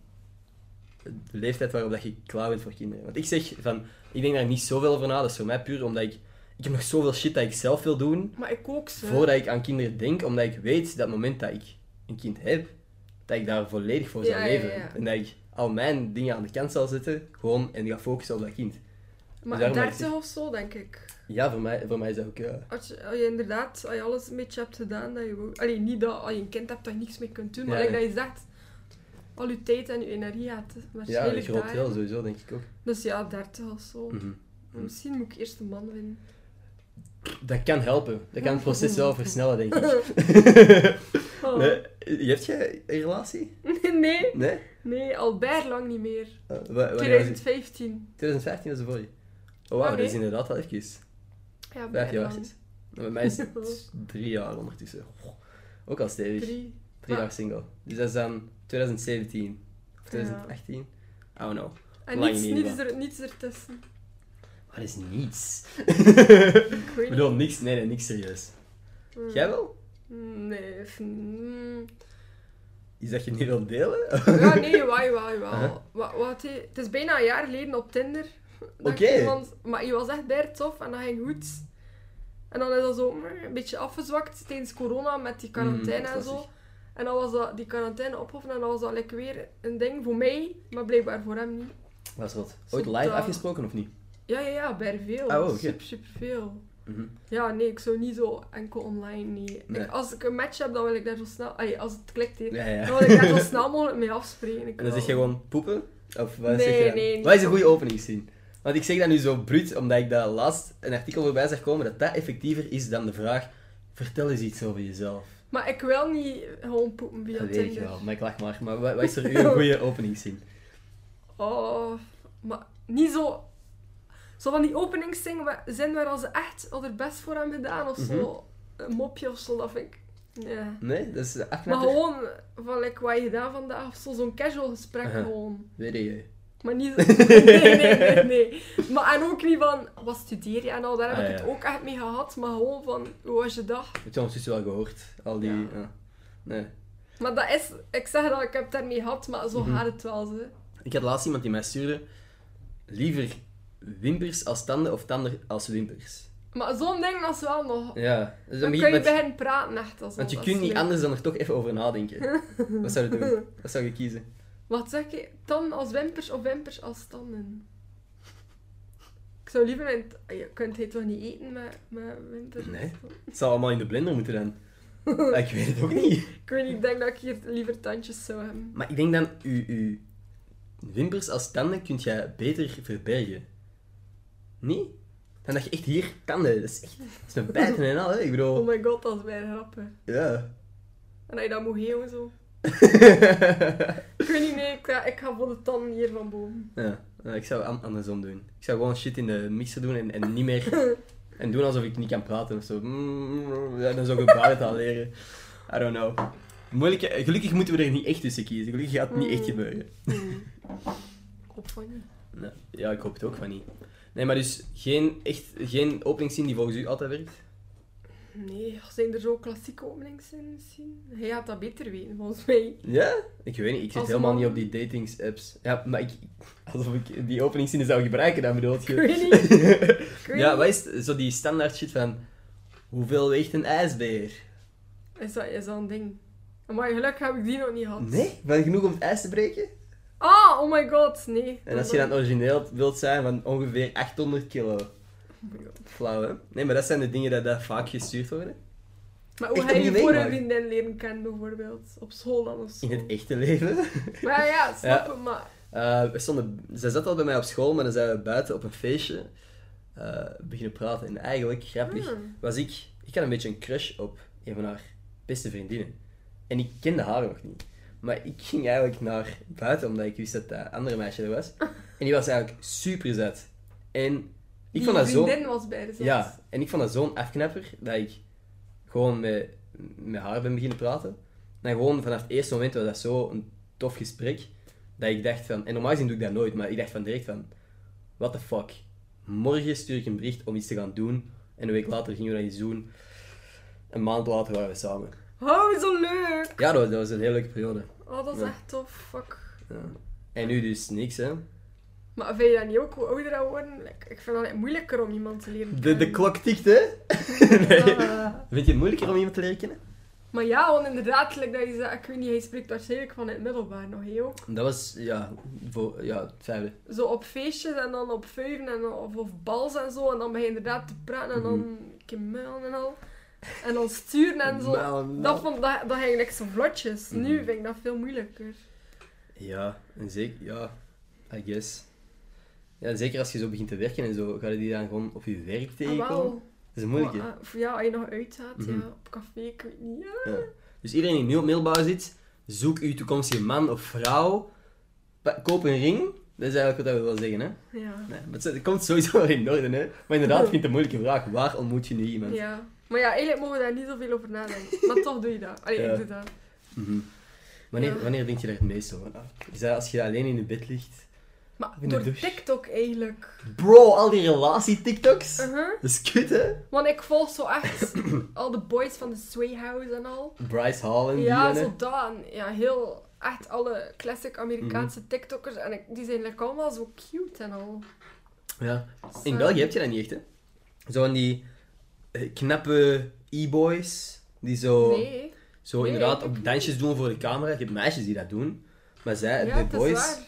S1: leeftijd waarop dat je klaar bent voor kinderen? Want ik zeg van, ik denk daar niet zoveel over na. Dat is voor mij puur omdat ik, ik heb nog zoveel shit dat ik zelf wil doen.
S2: Maar ik ook ze.
S1: Voordat ik aan kinderen denk, omdat ik weet dat het moment dat ik een kind heb, dat ik daar volledig voor zou
S2: Ja, ja,
S1: leven.
S2: ja.
S1: En dat ik al mijn dingen aan de kant zal zetten, gewoon en ga focussen op dat kind.
S2: Maar
S1: daarom
S2: 30
S1: denk
S2: of zo, denk ik.
S1: Ja, voor mij, voor mij is dat ook. eh,
S2: Als je, als je inderdaad, als je alles een beetje hebt gedaan, dat je wou- Allee, niet dat als je een kind hebt dat je niks meer kunt doen, maar
S1: Ja,
S2: like
S1: ja.
S2: dat je zegt, al je tijd en je energie gaat
S1: ja,
S2: waarschijnlijk
S1: een groot
S2: daar.
S1: wel, sowieso, denk ik ook.
S2: Dus ja, 30 of zo.
S1: Mhm.
S2: Maar Misschien moet ik eerst een man winnen.
S1: Dat kan helpen. Dat kan het proces wel versnellen, denk ik.
S2: Oh.
S1: Nee, heb jij een relatie?
S2: nee,
S1: Nee?
S2: nee, al bijna lang niet meer.
S1: Eh, wa- wanneer was het?
S2: 2015.
S1: 2015 was de vorige. Oh, wauw,
S2: Ah,
S1: dat
S2: nee.
S1: is inderdaad wel even.
S2: Ja,
S1: Vijf
S2: bijna
S1: jaar
S2: lang.
S1: is Nou, Bij mij is het drie jaar ondertussen. Oh, ook al stevig. Drie,
S2: Drie.
S1: jaar single. Dus dat is dan 2017 of
S2: Ja.
S1: 2018. I don't know.
S2: En
S1: Lang
S2: niets,
S1: niet,
S2: niets,
S1: maar-
S2: er, niets ertussen.
S1: Wat is niets?
S2: Ik weet
S1: Ik
S2: niet.
S1: bedoel, niks, nee, nee, niks serieus.
S2: Hmm.
S1: Jij wel?
S2: Nee, of- mm.
S1: Is dat je niet wilt delen?
S2: Ja, nee, wauw, wauw,
S1: Uh-huh.
S2: wauw. Wat, wat, hé. Het is bijna een jaar geleden op Tinder. dat ik
S1: Oké.
S2: iemand- Maar je was echt bij tof en dat ging goed. En dan is dat zo mm, een beetje afgezwakt tijdens corona met die quarantaine
S1: Mm,
S2: en zo.
S1: klassiek.
S2: En dan was dat, die quarantaine opgehoffen en dan was dat like, weer een ding voor mij, maar blijkbaar voor hem niet.
S1: Was rot.
S2: Zo
S1: Ooit live
S2: taal.
S1: afgesproken of niet?
S2: Ja, ja, ja, bij veel.
S1: Ah, oh, oké.
S2: Super, super veel.
S1: Mhm.
S2: Ja, nee, ik zou niet zo enkel online, nee. Ik-
S1: Nee.
S2: als ik een match heb, dan wil ik daar zo snel... Allee, als het klikt, hè.
S1: Ja, ja.
S2: Dan wil ik daar zo snel mogelijk mee afspreken. Ik
S1: En dan
S2: wel.
S1: zeg je gewoon poepen? Of wat
S2: Nee,
S1: zeg je dan?
S2: nee, niet
S1: Wat is een
S2: poepen.
S1: goede openingszin? Want ik zeg dat nu zo bruut, omdat ik daar laatst een artikel voorbij zag komen dat dat effectiever is dan de vraag vertel eens iets over jezelf.
S2: Maar ik wil niet gewoon poepen via
S1: Dat
S2: Tinder.
S1: weet je wel, maar ik lach maar. Maar wat, wat is er uw goede openingszin?
S2: Oh, maar niet zo... Zo van die openingszin wa- zin waar ze echt al haar best voor hebben gedaan of zo.
S1: Mhm.
S2: Een mopje of zo, dat vind ik... Ja.
S1: Nee, dat is
S2: Maar
S1: achternaar.
S2: gewoon van like, wat je gedaan vandaag of zo, zo'n casual gesprek
S1: Aha.
S2: gewoon.
S1: Weet je.
S2: Maar niet... Nee, nee, nee, nee. Maar en ook niet van, wat studeer je en al, daar heb
S1: Ah,
S2: ik
S1: ja.
S2: het ook echt mee gehad. Maar gewoon van, hoe was je dag?
S1: Heb je ondertussen wel gehoord? Al die...
S2: Ja.
S1: ja. Nee.
S2: Maar dat is... Ik zeg dat ik heb het daarmee gehad, maar
S1: Mhm.
S2: zo gaat het wel, ze.
S1: Ik had laatst iemand die mij stuurde liever wimpers als tanden of tanden als wimpers.
S2: Maar zo'n ding, dat is wel nog...
S1: Ja. Dus
S2: Dan
S1: dan
S2: kun
S1: begint
S2: je
S1: met...
S2: bij hen praten echt. als
S1: Want je
S2: als
S1: kunt niet
S2: leuk.
S1: anders dan er toch even over nadenken. Wat zou je doen? Wat zou je kiezen?
S2: Wat zeg je? Tanden als wimpers of wimpers als tanden? Ik zou liever mijn... t- Je kunt het toch niet eten met, met wimpers? als
S1: Nee.
S2: tanden?
S1: Het zou allemaal in de blender moeten dan. Ja, ik weet het ook niet.
S2: Ik weet niet, ik denk dat ik hier liever tandjes zou hebben.
S1: Maar ik denk dan, uw, uw wimpers als tanden kun jij beter verbergen. Nee? Dan dat je echt hier tanden, dat is echt, dat is met bijten en al, hè. Ik
S2: Oh
S1: bedoel,
S2: my god, dat is bijna grappig.
S1: ja.
S2: En dat je dat moet heel zo. Ik weet niet, nee, ik ga, ik ga voor de tanden hier van boven.
S1: ja. eh, Ik zou an- andersom doen. Ik zou gewoon shit in de mixer doen en, en niet meer... En doen alsof ik niet kan praten of zo. Mm, Ja, dan zou ik gebarentaal leren. I don't know.
S2: Mm.
S1: Moeilijke, gelukkig moeten we er niet echt tussen kiezen. Gelukkig gaat het niet echt gebeuren.
S2: Hmm. hoop van niet.
S1: Nee. Ja, ik hoop het ook van niet. Nee, maar dus geen, echt, geen openingszin die volgens u altijd werkt?
S2: Nee, zijn er zo klassieke openings in misschien? Hij had dat beter weten, volgens mij.
S1: Ja? Ik weet niet, ik zit
S2: Als
S1: helemaal
S2: man.
S1: niet op die datings-apps. Ja, maar ik, alsof ik die openingszinnen zou gebruiken, dan bedoel
S2: Ik
S1: je...
S2: weet niet. Ik weet
S1: ja,
S2: niet.
S1: wat is het? zo die standaard shit van... Hoeveel weegt een ijsbeer?
S2: Is dat, is dat een ding? Maar gelukkig heb ik die nog niet gehad.
S1: Nee? Wel genoeg om het ijs te breken?
S2: Ah, oh my god, nee.
S1: En als je dan origineel wilt zijn van ongeveer 800 kilo.
S2: Oh my god.
S1: Flauw, hè? Nee, maar dat zijn de dingen die dat vaak gestuurd worden.
S2: Maar hoe
S1: Echt
S2: ga je
S1: opnieuw
S2: je voor een
S1: meemaken.
S2: vriendin leren kennen, bijvoorbeeld? Op school dan of zo?
S1: In het echte leven.
S2: Maar ja, snap het, maar...
S1: Eh, we stonden, zij zat al bij mij op school, maar dan zijn we buiten op een feestje eh, beginnen praten. En eigenlijk, grappig,
S2: Hmm.
S1: was ik... Ik had een beetje een crush op een van haar beste vriendinnen. En ik kende haar nog niet. Maar ik ging eigenlijk naar buiten, omdat ik wist dat dat andere meisje er was. En die was eigenlijk super zet. En ik
S2: Die
S1: vond dat zo...
S2: vriendin was bij de zat.
S1: Ja, en ik vond dat zo'n afknapper, dat ik gewoon met, met haar ben beginnen praten. En gewoon vanaf het eerste moment was dat zo'n tof gesprek, dat ik dacht van... En normaal gezien doe ik dat nooit, maar ik dacht van direct van... What the fuck? Morgen stuur ik een bericht om iets te gaan doen. En een week later gingen we dat iets doen. Een maand later waren we samen.
S2: Oh, zo leuk!
S1: Ja, dat was, dat was een hele leuke periode.
S2: Oh, dat is
S1: Ja.
S2: echt tof, fuck.
S1: Ja. En nu dus niks, hè.
S2: Maar vind je dat niet ook, hoe ouder dat worden? Like, ik vind het altijd moeilijker om iemand te leren
S1: De,
S2: kennen.
S1: de klok tikt, hè? nee.
S2: Ah.
S1: Vind je het moeilijker om iemand te leren kennen?
S2: Maar ja, want inderdaad, like dat je zei, ik weet niet, hij spreekt waarschijnlijk van het middelbaar nog, heel ook?
S1: Dat was, ja, voor, ja het vijfde.
S2: Zo op feestjes en dan op vuiven en dan- of, of bals en zo. En dan begin je inderdaad te praten en
S1: Mhm.
S2: dan een keer muilen en al. En dan sturen en zo.
S1: Muilen,
S2: Dat,
S1: ja.
S2: vond, dat, dat ging niks zo vlotjes. Nu
S1: Mhm.
S2: vind ik dat veel moeilijker. Ah,
S1: Ja, en zeker, ja, I guess. Ja, zeker als je zo begint te werken en zo, ga je die dan gewoon op je werk
S2: Ah,
S1: tegenkomen.
S2: wel.
S1: dat is moeilijk, hè.
S2: Maar, eh, ja, als je nog uitgaat,
S1: Mhm.
S2: ja, op café, ik weet niet. ja.
S1: Ja. Dus iedereen die nu op middelbaar zit, zoek uw toekomstige man of vrouw, Pa- koop een ring. Dat is eigenlijk wat dat we willen zeggen, hè.
S2: Ja.
S1: Nee, maar het, het komt sowieso wel in orde, hè. Maar inderdaad, ik vind het een moeilijke vraag. Waar ontmoet je nu iemand?
S2: ja. Maar ja, eigenlijk mogen we daar niet zoveel over nadenken. maar toch doe je dat. Allee,
S1: Ja.
S2: ik doe dat.
S1: Mhm. Wanneer,
S2: Ja.
S1: wanneer denk je daar het meest over na? Is dat als je alleen in je bed ligt?
S2: Maar
S1: In de
S2: door
S1: douche.
S2: TikTok eigenlijk.
S1: Bro, al die relatie-tiktoks?
S2: Uh-huh.
S1: Dat is kut, hè?
S2: Want ik volg zo echt al de boys van de Sway House en al.
S1: Bryce Hall en die
S2: Ja,
S1: en, hè.
S2: zo dan. Ja, heel echt alle classic Amerikaanse
S1: Mhm.
S2: TikTokkers. En ik- die zijn lekker allemaal zo cute en al.
S1: Ja.
S2: Dus,
S1: In
S2: eh,
S1: België heb je dat niet echt, hè? Zo van die eh, knappe e-boys, die zo,
S2: Nee.
S1: zo
S2: Nee,
S1: inderdaad
S2: eigenlijk
S1: ook dansjes doen voor de camera. Je hebt meisjes die dat doen, maar zij,
S2: ja,
S1: de
S2: het is
S1: Eh, boys...
S2: waar.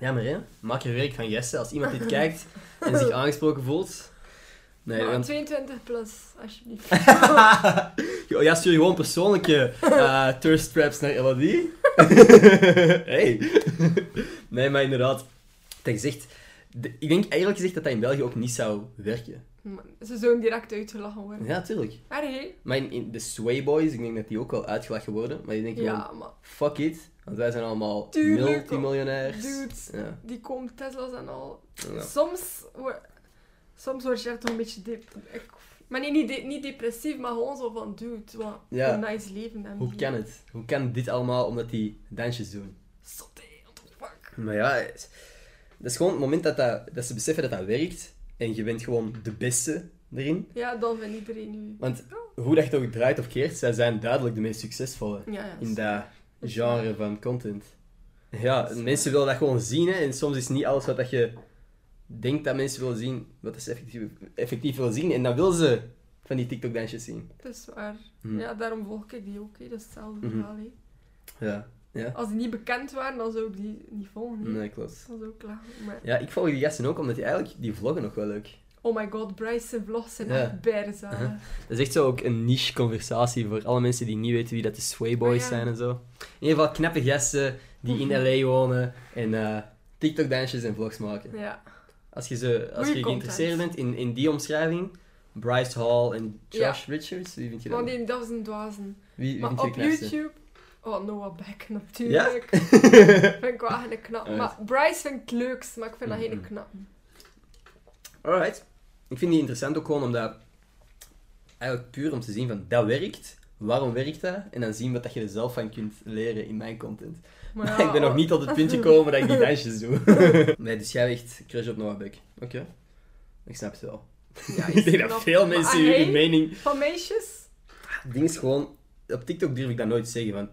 S1: Ja, maar hè, maak er werk van Jesse als iemand dit kijkt en zich aangesproken voelt. Nee,
S2: Maar
S1: want...
S2: 22 plus, alsjeblieft.
S1: ja, stuur gewoon persoonlijke eh thirst traps naar Elodie. hey. nee, maar inderdaad, dat gezegd... de- Ik denk eigenlijk gezegd dat dat in België ook niet zou werken.
S2: Maar Ze zouden direct uitgelachen worden.
S1: Ja, tuurlijk.
S2: Maar hey,
S1: Maar in, in de Sway Boys, ik denk dat die ook wel uitgelachen worden. Maar die denken
S2: ja,
S1: gewoon,
S2: maar
S1: fuck it. Want wij zijn allemaal
S2: Tuurlijk.
S1: multimiljonairs.
S2: Dudes.
S1: Ja,
S2: die komen Tesla's en al.
S1: ja.
S2: Soms, wo- soms word je daar toch een beetje dep... Ik... Maar nee, niet, de- niet depressief, maar gewoon zo van, dude, wat
S1: Ja.
S2: een nice leven. En
S1: Hoe
S2: die-
S1: kan het? Hoe kan dit allemaal omdat die dansjes doen?
S2: Zotte, what the fuck.
S1: Maar ja, het- dat is gewoon het moment dat, dat, dat ze beseffen dat dat werkt. En je bent gewoon de beste erin.
S2: Ja, dan vindt iedereen nu...
S1: Want hoe dat je het ook draait of keert, zij zijn duidelijk de meest succesvolle
S2: Ja, ja.
S1: in dat
S2: Dat is
S1: genre van content. Ja, mensen willen dat gewoon zien hè, en soms is niet alles wat dat je denkt dat mensen willen zien, wat dat ze effectief, effectief willen zien. En dan willen ze van die TikTok-dansjes zien.
S2: Dat is waar.
S1: Hm.
S2: Ja, daarom volg ik die ook. Hè. Dat is hetzelfde
S1: Mhm.
S2: verhaal. Hè.
S1: Ja. ja.
S2: Als die niet bekend waren, dan zou ik die niet volgen. hè.
S1: Nee, klopt.
S2: Dat is ook klaar. Maar...
S1: Ja, ik volg die gasten ook omdat die eigenlijk die vloggen nog wel leuk.
S2: Oh my god, Bryce zijn vlogs zijn
S1: Ja.
S2: echt berzalig.
S1: Dat is echt zo ook een niche conversatie voor alle mensen die niet weten wie dat de Swayboys
S2: Ah, ja.
S1: zijn en zo. In ieder geval knappe gasten die in LA wonen en eh, TikTok-dansjes en vlogs maken.
S2: Ja.
S1: Als je, ze, als
S2: Goeie
S1: je
S2: content.
S1: geïnteresseerd bent in, in die omschrijving, Bryce Hall en Josh Richards, wie vind je
S2: Want
S1: dan?
S2: die, dat is een dwazen.
S1: Wie, wie
S2: Maar
S1: vind je
S2: op
S1: de knapste?
S2: YouTube... Oh, Noah Beck natuurlijk. vind ik wel eigenlijk knap.
S1: Alright.
S2: Maar Bryce vind ik het leukst, maar ik vind dat geen
S1: Mhm.
S2: knap.
S1: Alright. Ik vind die interessant ook gewoon omdat... Eigenlijk puur om te zien van, dat werkt. waarom werkt dat? En dan zien wat dat je er zelf van kunt leren in mijn content.
S2: Maar
S1: Maar ik ben nog niet tot het puntje gekomen dat ik die dansjes doe. nee, dus jij echt crush op Noah Beck. Oké. Ik snap het wel.
S2: Ja,
S1: ik denk
S2: snap Ah,
S1: dat
S2: het.
S1: veel
S2: Maar
S1: mensen hun
S2: hij-
S1: hun mening...
S2: Van meisjes?
S1: Het ding is gewoon... Op TikTok durf ik dat nooit zeggen, want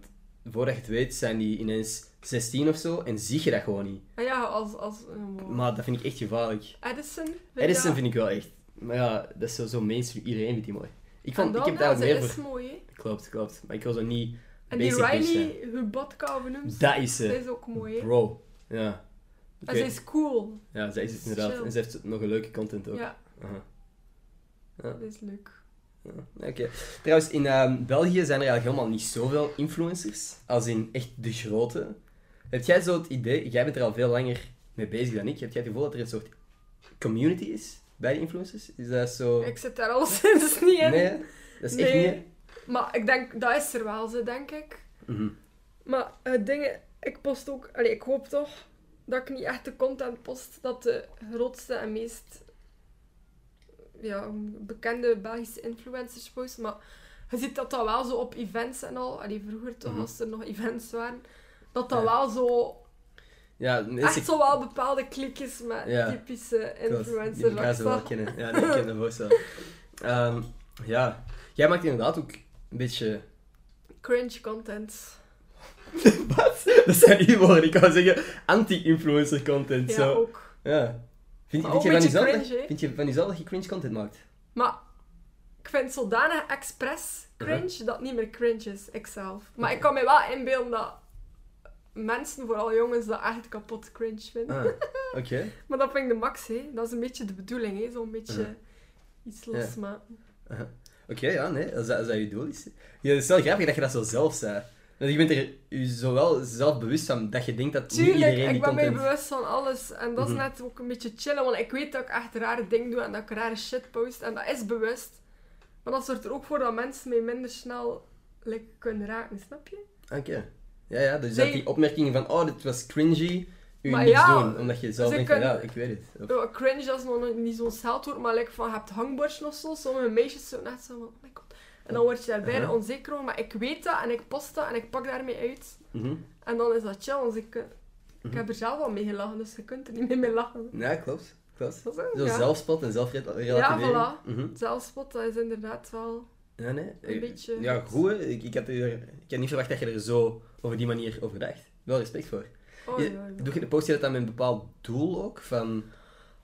S1: voordat je het weet zijn die ineens 16 of zo en zie je dat gewoon niet.
S2: Ah ja, als... als eh, wow.
S1: Maar dat vind ik echt gevaarlijk.
S2: Edison? vind
S1: Edison
S2: dat-
S1: vind ik wel echt... Maar ja, dat is zo, zo mainstream. Iedereen vindt die mooi. Ik,
S2: En
S1: vond, ik
S2: dan,
S1: heb
S2: ja,
S1: daar ook
S2: zij
S1: meer
S2: is
S1: voor...
S2: mooi, hè?
S1: Klopt, klopt. Maar ik wil zo niet...
S2: En die
S1: basic bitch zijn.
S2: Riley, Hubotka, we noemen ze.
S1: Dat is
S2: Zij
S1: ze.
S2: is ook mooi, hè?
S1: Bro. Ja.
S2: En
S1: Oké.
S2: zij is cool.
S1: Ja, zij is het inderdaad.
S2: Chill.
S1: En ze heeft nog een leuke content ook.
S2: Ja,
S1: Aha.
S2: dat is leuk.
S1: Ja, Oké. Trouwens, in ehm, België zijn er eigenlijk helemaal niet zoveel influencers. Als in echt de grote. Heb jij zo het idee, jij bent er al veel langer mee bezig dan ik. Heb jij het gevoel dat er een soort community is bij de influencers? Is dat zo.
S2: Ik zit daar alleszins niet in.
S1: nee, hè? dat is echt
S2: Nee.
S1: niet. hè?
S2: Maar ik denk, dat is er wel, ze, denk ik.
S1: Mhm.
S2: Maar het ding, is, ik post ook, allee, ik hoop toch dat ik niet echt de content post dat de grootste en meest ja, bekende Belgische influencers post. Maar je ziet dat dat wel zo op events en al, allee, vroeger toch,
S1: Mhm.
S2: als er nog events waren, dat dat
S1: Ja.
S2: wel zo,
S1: Ja, mensen.
S2: echt zo wel bepaalde klikjes met
S1: Ja.
S2: typische
S1: Klopt,
S2: influencers.
S1: Die elkaar zo wel
S2: dat ik
S1: kennen. Ja, die kennen we voorstel. Ehm, ja, jij maakt inderdaad ook een beetje.
S2: zag. Cringe content.
S1: Wat? Dat zijn die woorden. Ik wou zeggen anti-influencer content.
S2: Ja,
S1: zo.
S2: ook.
S1: Ja. Vind, vind, je
S2: Maar
S1: van
S2: ook een beetje
S1: jezelf,
S2: cringe,
S1: dat-
S2: hè?
S1: vind je van jezelf dat je cringe content maakt?
S2: Maar ik vind zodanig expres cringe
S1: Uh-huh.
S2: dat het niet meer cringe is, ikzelf. Maar ik kan me wel inbeelden dat mensen, vooral jongens, dat echt kapot cringe vinden.
S1: Ah, oké.
S2: Maar dat vind ik de max, hè. Dat is een beetje de bedoeling, hè. Zo'n beetje
S1: Ja.
S2: iets losmaken.
S1: Aha. Oké, ja, nee. Als dat, als dat je doel is. Ja, het is wel grappig dat je dat zo zelf zei. Dat je bent er je zowel zelf bewust van dat je denkt dat niet
S2: Tuurlijk,
S1: iedereen die
S2: ik ben me
S1: content...
S2: bewust van alles. En dat is
S1: Mhm.
S2: net ook een beetje chillen, want ik weet dat ik echt rare dingen doe en dat ik rare shit post. En dat is bewust. Maar dat zorgt er ook voor dat mensen mij minder snel like, kunnen raken, snap je?
S1: Oké. Ja, ja, dus dat
S2: Nee.
S1: die opmerkingen van, oh, dit was cringy, u
S2: Maar
S1: niks
S2: ja,
S1: doen. Omdat je zelf
S2: ze
S1: denkt,
S2: kunnen-
S1: van, ja, ik weet het. Of-
S2: Ja, cringe dat is nog niet zo'n scheldwoord, maar like van, je hebt hangborsten of zo. Sommige meisjes zo net zo van, oh my god. En dan word je daar bijna
S1: Aha.
S2: onzeker over, maar ik weet dat en ik post dat en ik pak daarmee uit.
S1: Mhm.
S2: En dan is dat chill, want ik, eh, ik heb er zelf al mee gelachen, dus je kunt er niet meer mee lachen.
S1: Ja, klopt. klopt.
S2: Dat is ook,
S1: Zo
S2: ja.
S1: zelfspot en zelfrelativering.
S2: Ja, voilà.
S1: Mhm.
S2: Zelfspot, dat is inderdaad wel...
S1: Ja, nee.
S2: Een
S1: Ik-
S2: beetje-
S1: Ja, goed. hè. Ik, ik, had er, ik had niet verwacht dat je er zo over die manier over dacht. Wel respect voor.
S2: Oh,
S1: Je-
S2: ja, ja.
S1: Doe je, post je dat dan met een bepaald doel ook? Van,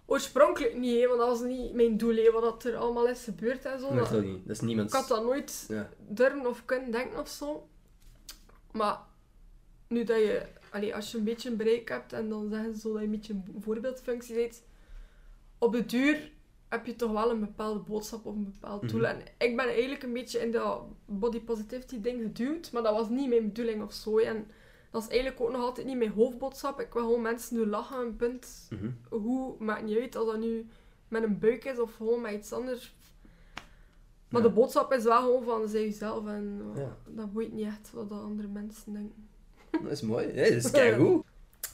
S2: Oorspronkelijk niet, hè, want dat was niet mijn doel, hè, wat dat er allemaal is gebeurd en zo.
S1: nee, dat
S2: Dat,
S1: wil niet. Dat is niemand.
S2: Oh. ik had dat nooit
S1: Ja.
S2: durven of kunnen denken of zo. Maar nu dat je, allee, als je een beetje een bereik hebt en dan zeggen ze zo dat je een beetje een voorbeeldfunctie deed, op de duur heb je toch wel een bepaalde boodschap of een bepaald doel.
S1: Mhm.
S2: En ik ben eigenlijk een beetje in dat body positivity ding geduwd, maar dat was niet mijn bedoeling of zo. En dat is eigenlijk ook nog altijd niet mijn hoofdboodschap. Ik wil gewoon mensen doen lachen, een punt.
S1: Mhm.
S2: Hoe, maakt niet uit als dat nu met een buik is of gewoon met iets anders. Maar
S1: Ja.
S2: de boodschap is wel gewoon van, zij jezelf en oh,
S1: Ja.
S2: dat boeit niet echt wat de andere mensen denken.
S1: Dat is mooi. Ja, dat is keigoed.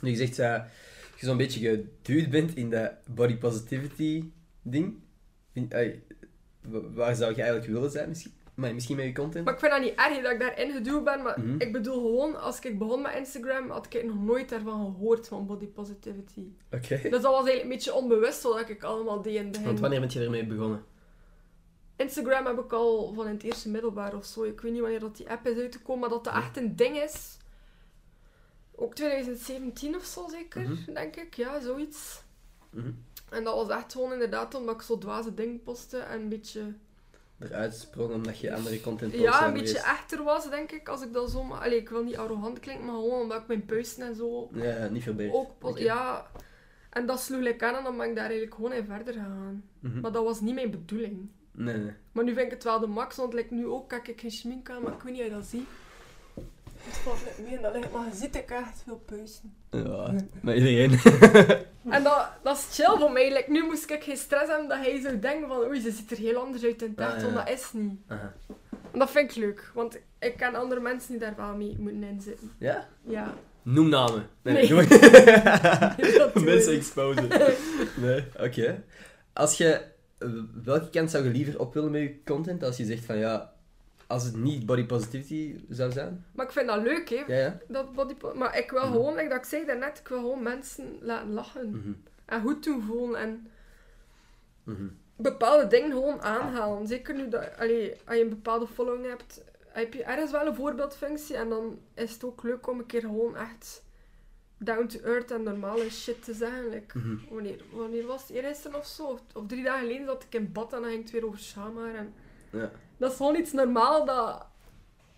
S1: Nu, je zegt eh, dat je zo'n beetje geduwd bent in dat body positivity ding. Vind- ai, wa- waar zou je eigenlijk willen zijn misschien? Maar misschien met je content?
S2: Maar ik vind dat niet erg dat ik daarin geduwd ben, maar
S1: Mhm.
S2: ik bedoel gewoon, als ik begon met Instagram, had ik nog nooit daarvan gehoord, van body positivity.
S1: Oké.
S2: Dus dat was eigenlijk een beetje onbewust wat ik allemaal deed in het begin.
S1: Want wanneer ben je ermee begonnen?
S2: Instagram heb ik al van in het eerste middelbaar of zo. Ik weet niet wanneer dat die app is uitgekomen, maar dat dat echt een ding is. Ook 2017 of zo zeker,
S1: Mhm.
S2: denk ik. Ja, zoiets.
S1: Mhm.
S2: En dat was echt gewoon inderdaad omdat ik zo dwaze dingen postte en een beetje...
S1: Eruit sprong omdat je andere content postte
S2: Ja,
S1: dan
S2: een
S1: de
S2: beetje
S1: rest.
S2: echter was, denk ik, als ik dat zo... maar- Allee, ik wil niet arrogant klinken, maar gewoon omdat ik mijn puisten en zo
S1: Ja, niet verbergd.
S2: ook... pos-
S1: Oké.
S2: Ja, en dat sloeg ik aan en dan ben ik daar eigenlijk gewoon in verder gegaan.
S1: Mhm.
S2: Maar dat was niet mijn bedoeling.
S1: Nee, nee.
S2: Maar nu vind ik het wel de max, want like, nu ook kijk ik geen schmink aan, maar ik weet niet of je dat ziet. Het valt net mee en dat ligt, maar je ziet ik echt veel puisten.
S1: Ja, maar iedereen.
S2: En dat, dat is chill voor mij. Like, nu moest ik geen stress hebben dat hij zou denken van oei, ze ziet er heel anders uit in het echt,
S1: Ah, ja.
S2: want dat is niet.
S1: Aha.
S2: En dat vind ik leuk, want ik ken andere mensen die daar wel mee moeten inzitten.
S1: Ja?
S2: Ja.
S1: Noem namen.
S2: Nee.
S1: doe maar.
S2: Dus Dat doen we
S1: Mensen
S2: niet.
S1: exposen. Nee, oké. Als je... eh, Welke kant zou je liever op willen met je content? Als je zegt van ja, als het niet body positivity zou zijn.
S2: Maar ik vind dat leuk, hè.
S1: Ja, ja.
S2: Dat body po- maar ik wil gewoon, like dat ik zei daarnet, ik wil gewoon mensen laten lachen.
S1: Mhm.
S2: En goed doen voelen. En
S1: Mhm.
S2: bepaalde dingen gewoon
S1: Ah.
S2: aanhalen. Zeker nu dat allee, als je een bepaalde following hebt, heb je ergens wel een voorbeeldfunctie. En dan is het ook leuk om een keer gewoon echt down to earth en normale shit te zeggen. like,
S1: Mhm.
S2: wanneer, wanneer was het? Eergisteren of zo? Of, of drie dagen geleden zat ik in bad en dan ging het weer over Shamar. En...
S1: Ja.
S2: Dat is gewoon iets normaal dat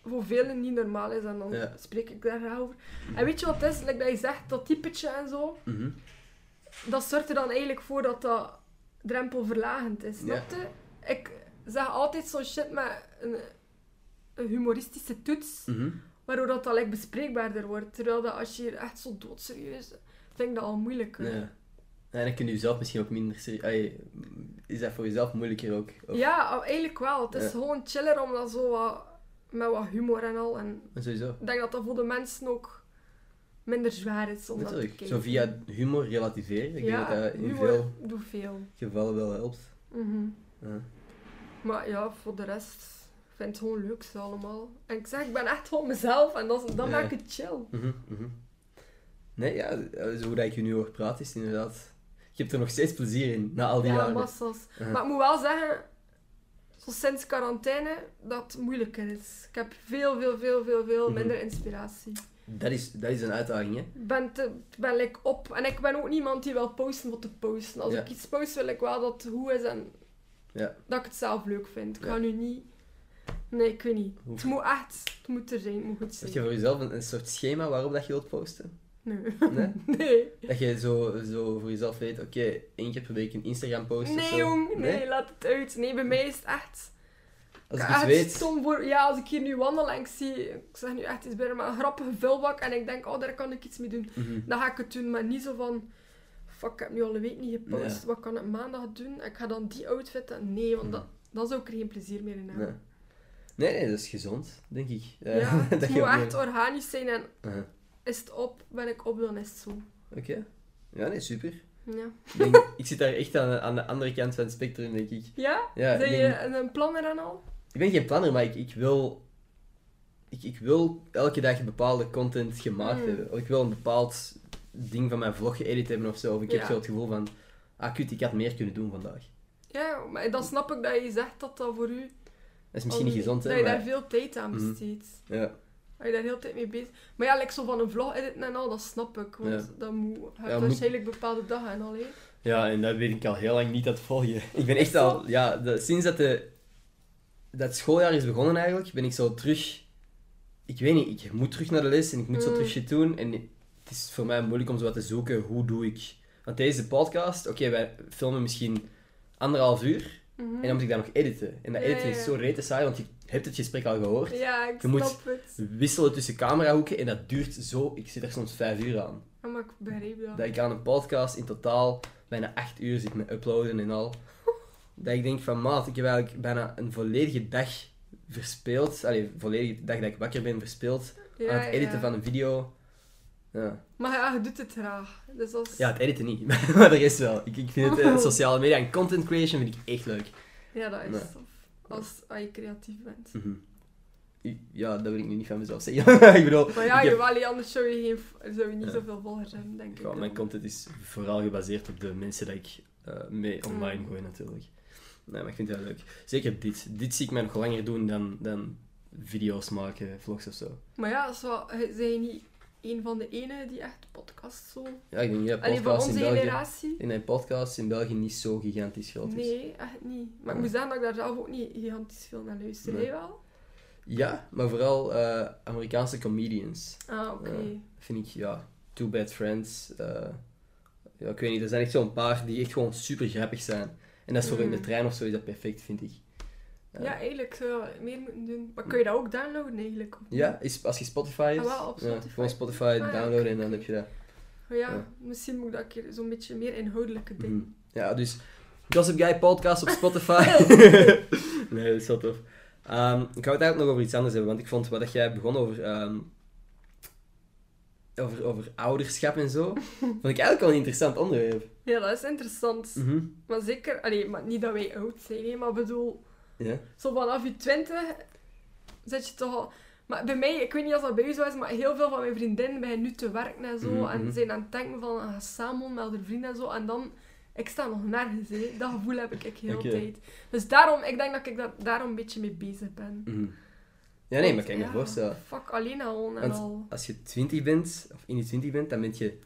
S2: voor velen niet normaal is. En dan
S1: Ja.
S2: spreek ik daar graag over. En weet je wat het is? Like dat je zegt, dat typetje en zo
S1: Mhm.
S2: dat zorgt er dan eigenlijk voor dat dat drempelverlagend is, snap je? Ik zeg altijd zo'n shit met een, een humoristische toets,
S1: Mhm.
S2: waardoor dat, dat like, bespreekbaarder wordt. Terwijl dat als je hier echt zo doodserieus... Vind ik dat al moeilijker.
S1: Ja. Ja, En dan kun je jezelf misschien ook minder serie- ai, Is dat voor jezelf moeilijker ook? Of-
S2: Ja, al- eigenlijk wel. Het is
S1: Ja.
S2: gewoon chiller om dat zo wat, met wat humor en al. En
S1: Sowieso.
S2: ik denk dat dat voor de mensen ook minder zwaar is om dat te
S1: Natuurlijk.
S2: kijken.
S1: Zo via humor relativeren. Ik
S2: ja,
S1: denk dat dat in
S2: humor
S1: veel
S2: doet veel.
S1: gevallen wel helpt.
S2: Mhm.
S1: Ja.
S2: Maar ja, voor de rest, ik vind het gewoon leuk ze allemaal. En ik zeg, ik ben echt gewoon mezelf en dat, is- dat
S1: Ja.
S2: maakt het chill.
S1: Mhm, mhm. Nee, ja, zo hoe dat ik je nu hoor praten is inderdaad... Je hebt er nog steeds plezier in, na al die
S2: ja,
S1: jaren.
S2: massas.
S1: Ja.
S2: Maar ik moet wel zeggen, zo sinds quarantaine, dat het moeilijker is. Ik heb veel, veel, veel, veel, veel
S1: Mhm.
S2: minder inspiratie.
S1: Dat is, dat is een uitdaging, hè?
S2: Ik ben, te, ik ben like op. En ik ben ook niemand die wil posten wat te posten. Als
S1: Ja.
S2: ik iets post, wil ik wel dat het goed is en
S1: Ja.
S2: dat ik het zelf leuk vind. Ik
S1: Ja.
S2: ga nu niet... Nee, ik weet niet.
S1: Hoeft-
S2: Het moet echt... Het moet er zijn, het moet goed
S1: Heb je
S2: zijn.
S1: voor jezelf een, een soort schema waarop dat je wilt posten?
S2: Nee.
S1: Nee?
S2: Nee.
S1: Dat je zo, zo voor jezelf weet, oké, één keer per week een Instagram post of
S2: Nee,
S1: zo.
S2: jong, nee, laat het uit. Nee, bij mij is het echt.
S1: Als ik
S2: echt
S1: iets weet...
S2: stom voor. Ja, als ik hier nu wandel en ik zie. Ik zeg nu echt iets binnen, maar een grappige vulbak. En ik denk, oh, daar kan ik iets mee doen.
S1: Mhm.
S2: Dan ga ik het doen, maar niet zo van. Fuck, ik heb nu al een week niet gepost.
S1: Ja.
S2: Wat kan ik maandag doen? Ik ga dan die outfit. aan- Nee, want dat,
S1: Hm.
S2: dan zou ik er geen plezier meer in hebben.
S1: Nee. nee, nee, dat is gezond, denk ik. Eh,
S2: Ja, het moet
S1: op die-
S2: echt organisch zijn en
S1: Aha,
S2: is het op, ben ik op, dan is het zo.
S1: Oké. Ja, nee, super.
S2: Ja,
S1: Ik, denk, ik zit daar echt aan, aan de andere kant van het spectrum, denk ik.
S2: ja?
S1: Ja, ik
S2: zijn
S1: denk-
S2: je een- een planner en al?
S1: Ik ben geen planner, maar ik, ik wil... Ik, ik wil elke dag bepaalde content gemaakt
S2: Mm.
S1: hebben. Ik wil een bepaald ding van mijn vlog geëdit hebben of zo. Of ik heb
S2: Ja.
S1: zo het gevoel van... Ah, kut, ik had meer kunnen doen vandaag.
S2: Ja, maar dan snap ik dat je zegt dat dat voor u.
S1: Dat is misschien niet gezond,
S2: Oh, Dat
S1: hè,
S2: je daar
S1: maar...
S2: veel tijd aan
S1: Mhm.
S2: besteedt.
S1: Ja.
S2: Als je daar heel de tijd mee bezig Maar ja, like zo van een vlog editen en al, dat snap ik. Want
S1: Ja.
S2: dat moet, je hebt
S1: moet-
S2: waarschijnlijk bepaalde dagen en al, hè.
S1: ja, en dat weet ik al heel lang niet dat volgen. Ik ben echt
S2: Zo.
S1: al... Ja, de- sinds dat, de, dat het schooljaar is begonnen eigenlijk, ben ik zo terug... Ik weet niet, ik moet terug naar de les en ik moet zo
S2: Mm.
S1: terug shit doen. En het is voor mij moeilijk om zo wat te zoeken, hoe doe ik... Want deze podcast, oké, wij filmen misschien anderhalf uur.
S2: Mhm.
S1: En dan moet ik daar nog editen. En dat
S2: Ja,
S1: editen
S2: ja,
S1: is
S2: ja.
S1: zo rete saai, want je hebt het gesprek al gehoord.
S2: Ja, ik
S1: Je
S2: snap
S1: moet-
S2: het.
S1: Wisselen tussen camerahoeken en dat duurt zo... Ik zit er soms vijf uur aan.
S2: Ja, maar ik begreep dat.
S1: Dat ik aan een podcast in totaal bijna acht uur zit met uploaden en al. Dat ik denk van, maat, ik heb eigenlijk bijna een volledige dag verspeeld. Allee, een volledige dag dat ik wakker ben verspeeld.
S2: ja,
S1: aan het editen
S2: ja.
S1: van een video. Ja.
S2: Maar ja, je doet het graag. Dus als...
S1: ja, het editen niet. maar de rest wel. Ik, ik vind het
S2: Oh.
S1: eh, sociale media en content creation vind ik echt leuk.
S2: Ja, dat is
S1: Nee.
S2: tof. Als, als je creatief bent.
S1: Mhm. I- Ja, dat wil ik nu niet van mezelf zeggen. ik bedoel,
S2: Maar ja,
S1: ik heb-
S2: jawel, hè, anders zou je, geen, zou je niet
S1: Ja.
S2: zoveel volgers hebben, denk ik.
S1: Ja, mijn content is vooral gebaseerd op de mensen dat ik eh, mee online
S2: Mm.
S1: gooi, natuurlijk. Nee, maar ik vind het wel leuk. Zeker dit. Dit zie ik mij nog langer doen dan, dan video's maken, vlogs of zo.
S2: Maar ja, zo, zijn je niet een van de enigen die echt podcast zo...
S1: Ja, ik denk niet dat
S2: Alleen van
S1: podcasts in
S2: onze
S1: België...
S2: generatie?
S1: In mijn podcast in België niet zo gigantisch groot is.
S2: Nee, echt niet. Maar ik
S1: Ja.
S2: moet zeggen dat ik daar zelf ook niet gigantisch veel naar luister.
S1: Nee.
S2: hè, wel?
S1: Ja, maar vooral eh, Amerikaanse comedians.
S2: Ah, oké.
S1: Vind ik, ja, Too Bad Friends. eh, ja, ik weet niet, er zijn echt zo'n paar die echt gewoon super grappig zijn. En dat is voor in de
S2: Mm.
S1: trein of zo is dat perfect, vind ik. Eh,
S2: Ja, eigenlijk zou je dat meer moeten doen. Maar kun je dat ook downloaden eigenlijk? of niet?
S1: Ja, is, als je Spotify hebt.
S2: Ah, wel, op
S1: ja,
S2: Spotify. Ah,
S1: gewoon Spotify
S2: ja,
S1: downloaden en dan
S2: oké.
S1: heb je dat.
S2: Maar Oh ja,
S1: Ja.
S2: misschien moet ik dat een keer zo'n beetje meer inhoudelijke dingen.
S1: Mhm. Ja, dus Gossip Guy podcast op Spotify.
S2: Oh.
S1: nee, dat is wel tof. Ehm, ik wou het eigenlijk nog over iets anders hebben, want ik vond wat dat jij begon over, ehm, over, over ouderschap en zo, vond ik eigenlijk wel een interessant onderwerp.
S2: Ja, dat is interessant.
S1: Mhm.
S2: Maar zeker, allee, maar niet dat wij oud zijn, hè, maar ik bedoel,
S1: Ja.
S2: zo vanaf je twintig zit je toch al... Maar bij mij, ik weet niet als dat bij u zo is, maar heel veel van mijn vriendinnen beginnen nu te werken en zo.
S1: Mhm, mhm.
S2: En zijn aan het denken van, ah, samen met andere vrienden en zo. En dan, ik sta nog nergens, hè. Dat gevoel heb ik, ik heel
S1: Oké.
S2: de tijd. Dus daarom, ik denk dat ik daar, daarom een beetje mee bezig ben.
S1: Mhm. Ja, nee, maar
S2: Want,
S1: kan ik me
S2: ja,
S1: voorstellen.
S2: Fuck, alleen al en
S1: Want-
S2: al.
S1: Als je 20 bent, of in je 20 bent, dan ben je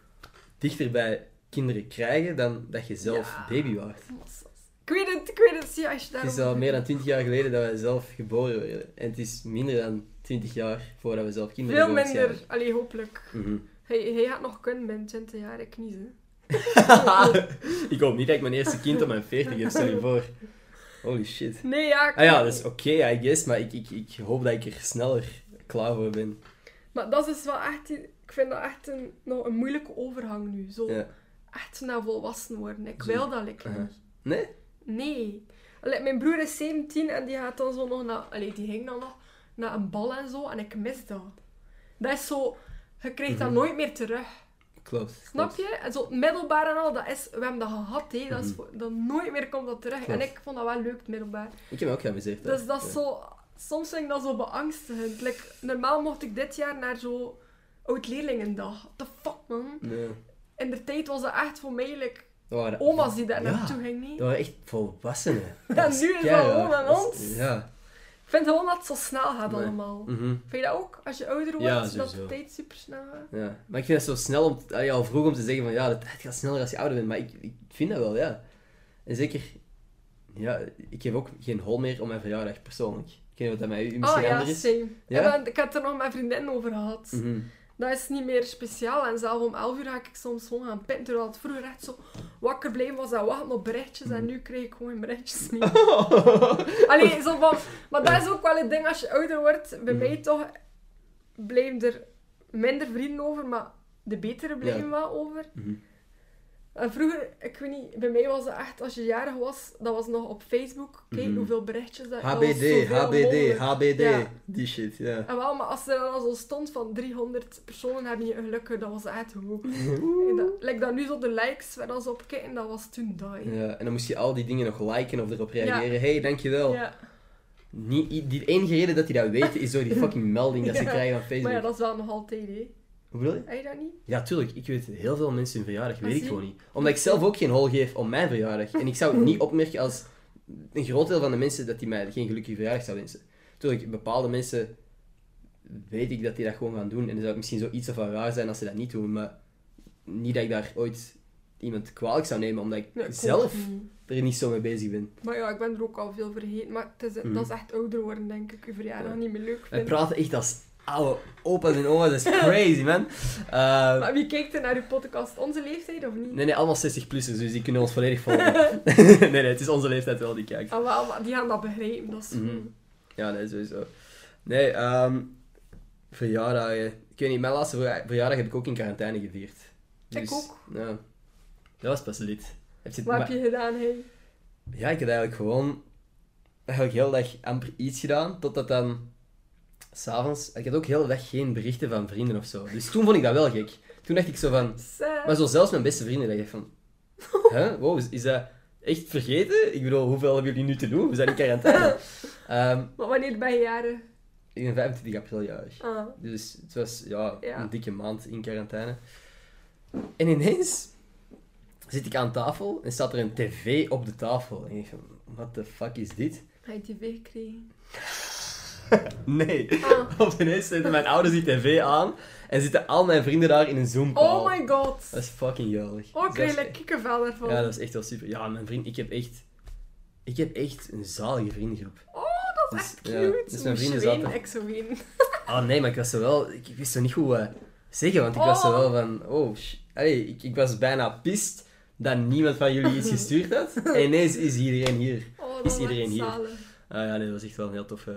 S1: dichter bij kinderen krijgen dan dat je zelf
S2: Ja.
S1: baby was.
S2: Massas. Ik weet het, ik weet het. Zie, als
S1: Het
S2: je daarom...
S1: is al meer dan 20 jaar geleden dat wij zelf geboren werden. En het is minder dan 20 jaar voordat we zelf kinderen
S2: Veel
S1: geboren zijn.
S2: minder. Allee, hopelijk.
S1: Mhm.
S2: Hij, hij gaat nog kunnen binnen 20 jaar, ik niet, hè.
S1: ik hoop niet dat ik mijn eerste kind op mijn 40 heb, stel je voor. Holy shit.
S2: Nee, ja. ik-
S1: Ah ja, dat is oké, I guess, maar ik, ik, ik hoop dat ik er sneller klaar voor ben.
S2: Maar dat is wel echt... i- Ik vind dat echt een, nog een moeilijke overgang nu. Zo
S1: Ja.
S2: echt naar volwassen worden. Ik
S1: Zo-
S2: wil dat lekker
S1: Aha.
S2: niet.
S1: Nee?
S2: Nee. Allee, mijn broer is 17 en die gaat dan zo nog naar... Allee, die ging dan nog naar een bal en zo. En ik mis dat. Dat is zo... Je krijgt dat
S1: Mhm.
S2: nooit meer terug.
S1: Klopt.
S2: Snap je? En zo het middelbaar en al, dat is, we hebben dat gehad, hè. Dat is
S1: Mhm.
S2: voor- dat nooit meer komt dat terug.
S1: Klopt.
S2: En ik vond dat wel leuk, het middelbaar.
S1: Ik heb me ook geamuseerd. hè.
S2: Dus dat
S1: Ja.
S2: is zo... Soms vind ik dat zo beangstigend. Like, normaal mocht ik dit jaar naar zo oud-leerlingendag. What the fuck, man?
S1: Nee.
S2: In de tijd was dat echt voor mij, like,
S1: Dat waren,
S2: oma's die daar
S1: Ja.
S2: naartoe gingen, niet?
S1: dat waren echt volwassenen.
S2: Ja, nu is dat
S1: keiraar.
S2: gewoon aan
S1: Dat is-
S2: ons.
S1: Ja.
S2: Ik vind gewoon dat het zo snel gaat
S1: Nee.
S2: allemaal.
S1: Mhm.
S2: Vind je dat ook? Als je ouder wordt,
S1: Ja,
S2: dat
S1: sowieso.
S2: de tijd super snel gaat.
S1: Ja, maar ik vind het zo snel om, allee, al vroeg om te zeggen van ja, dat het gaat sneller als je ouder bent, maar ik, ik vind dat wel, ja. En zeker, ja, ik heb ook geen hol meer om mijn verjaardag persoonlijk. Ik weet niet wat dat bij u misschien
S2: Ah ja,
S1: anders is.
S2: same.
S1: Ja?
S2: Ja, want ik had het er nog met mijn vriendin over gehad.
S1: Mhm.
S2: Dat is niet meer speciaal. En zelf om 11 uur ga ik soms gewoon gaan pitten. Terwijl het vroeger echt zo wakker blijven was en wachten op berichtjes.
S1: Mm.
S2: En nu krijg ik gewoon geen berichtjes meer. Allee, zo van... Maar dat is ook wel het ding als je ouder wordt. Bij
S1: Mm.
S2: mij toch blijven er minder vrienden over. Maar de betere blijven
S1: Ja.
S2: wel over.
S1: Mhm.
S2: En vroeger, ik weet niet, bij mij was het echt, als je jarig was, dat was nog op Facebook. Kijk
S1: Mhm.
S2: hoeveel berichtjes dat dat was
S1: HBD,
S2: zoveel
S1: HBD,
S2: mogelijk.
S1: HBD,
S2: Ja.
S1: die shit, ja.
S2: En wel, maar als er dan al zo stond van 300 personen hebben je een gelukkig, dat was echt hoog. Dat- Like dat nu zo de likes waar ze op kijken, dat was toen dat. hè.
S1: ja. En dan moest je al die dingen nog liken of erop
S2: Ja.
S1: reageren. hey, dankjewel.
S2: Ja.
S1: Niet, i- die enige reden dat die dat weten is door die fucking melding dat ze
S2: Ja.
S1: krijgen van Facebook.
S2: Maar ja, dat is wel nog altijd, hè.
S1: Hoe bedoel je?
S2: Heb je dat niet?
S1: Ja, tuurlijk. Ik weet heel veel mensen hun verjaardag,
S2: Maar
S1: weet ik
S2: Ah, zie-
S1: gewoon niet. Omdat ik zelf ook geen hol geef om mijn verjaardag. En ik zou het niet opmerken als een groot deel van de mensen dat die mij geen gelukkige verjaardag zou wensen. Tuurlijk, bepaalde mensen weet ik dat die dat gewoon gaan doen. En dan zou het misschien zoiets of wat raar zijn als ze dat niet doen. Maar niet dat ik daar ooit iemand kwalijk zou nemen, omdat ik
S2: Nee, ik ook
S1: zelf
S2: niet.
S1: er niet zo mee bezig ben.
S2: Maar ja, ik ben er ook al veel vergeten. Maar het is,
S1: Mhm.
S2: dat is echt ouder worden, denk ik. Je verjaardag
S1: Ja.
S2: niet meer leuk
S1: Wij
S2: vindt.
S1: praten echt als oude opa's en oma's. Dat is crazy, man. Eh,
S2: Maar wie kijkt er naar uw podcast? Onze leeftijd of niet?
S1: nee, nee, allemaal 60-plussers, dus die kunnen ons volledig volgen. nee, nee, het is onze leeftijd wel die kijkt.
S2: Ah, wel, maar die gaan dat begrijpen. Dat is
S1: Mhm.
S2: goed.
S1: Ja, nee, sowieso. Nee, ehm verjaardagen. Ik weet niet, mijn laatste verja- verjaardag heb ik ook in quarantaine gevierd. Dus,
S2: Ik ook.
S1: Ja. Dat was pas lid. Heb je,
S2: Wat
S1: maar-
S2: heb je gedaan, hé?
S1: Ja, ik heb eigenlijk gewoon... Eigenlijk heel de dag amper iets gedaan, totdat dan... S'avonds... Ik had ook heel de dag geen berichten van vrienden of zo. Dus toen vond ik dat wel gek. Toen dacht ik zo van...
S2: Sad.
S1: Maar zo zelfs mijn beste vrienden, dat ik dacht van... Huh? Wow, is, is dat echt vergeten? Ik bedoel, hoeveel hebben jullie nu te doen? We zijn in quarantaine. Ehm,
S2: Maar wanneer ben je jaren?
S1: ik ben 25 april jarig.
S2: Ah.
S1: Dus het was ja,
S2: Ja.
S1: een dikke maand in quarantaine. En ineens zit ik aan tafel en staat er een tv op de tafel. En ik denk van, what the fuck is dit?
S2: Ga je tv gekregen?
S1: Nee.
S2: Ah.
S1: Op ineens zetten mijn ouders die tv aan en zitten al mijn vrienden daar in een zoom call.
S2: Oh my god.
S1: Dat is fucking geweldig.
S2: Oh,
S1: Dat
S2: ik
S1: is-
S2: krijg er kikkervel ervan.
S1: Ja, dat is echt wel super. Ja, mijn vriend, ik heb echt... Ik heb echt een zalige vriendengroep.
S2: Oh, dat is
S1: Dus-
S2: echt
S1: ja,
S2: cute.
S1: dus mijn
S2: Moest je
S1: vrienden
S2: wenen?
S1: zaten-
S2: Ik zou wenen.
S1: Oh nee, maar ik was zo wel... Ik wist zo niet goed wat zeggen, want ik was zo
S2: Oh.
S1: wel van... Oh, sh- Allee, ik, ik was bijna pist dat niemand van jullie iets gestuurd had. En ineens is iedereen hier.
S2: Oh, dat
S1: Is
S2: was
S1: iedereen
S2: echt
S1: hier?
S2: zalig.
S1: Ah ja, nee, dat was echt wel een heel tof, eh,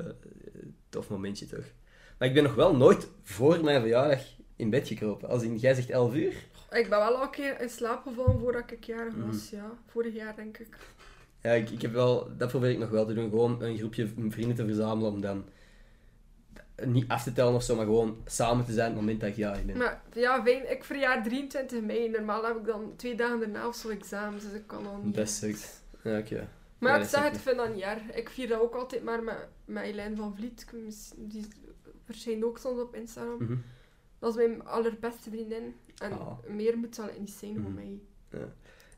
S1: tof momentje toch. Maar ik ben nog wel nooit voor mijn verjaardag in bed gekropen. Als in, jij zegt 11 uur.
S2: Ik ben wel al een keer in slaap gevallen voordat ik jarig
S1: Mhm.
S2: was, ja. Vorig jaar, denk ik.
S1: Ja, ik, ik heb wel... Dat probeer ik nog wel te doen. Gewoon een groepje vrienden te verzamelen om dan... Niet af te tellen of zo, maar gewoon samen te zijn op het moment dat ik jarig ben.
S2: Maar ja, fijn. Ik verjaar 23 mei. Normaal heb ik dan twee dagen daarna of zo examens, dus ik kan al niet.
S1: Dat sukt. Ja, oké.
S2: Maar
S1: Ja,
S2: ik
S1: dat
S2: zeg
S1: snap
S2: het, ik
S1: ik.
S2: vind dat niet erg. Ik vier dat ook altijd maar met, met Eileen van Vliet. Ik mis- Die verschijnt ook soms op Instagram.
S1: Mhm.
S2: Dat is mijn allerbeste vriendin. En
S1: Ah.
S2: meer moet zal het niet zijn voor
S1: Mhm.
S2: mij.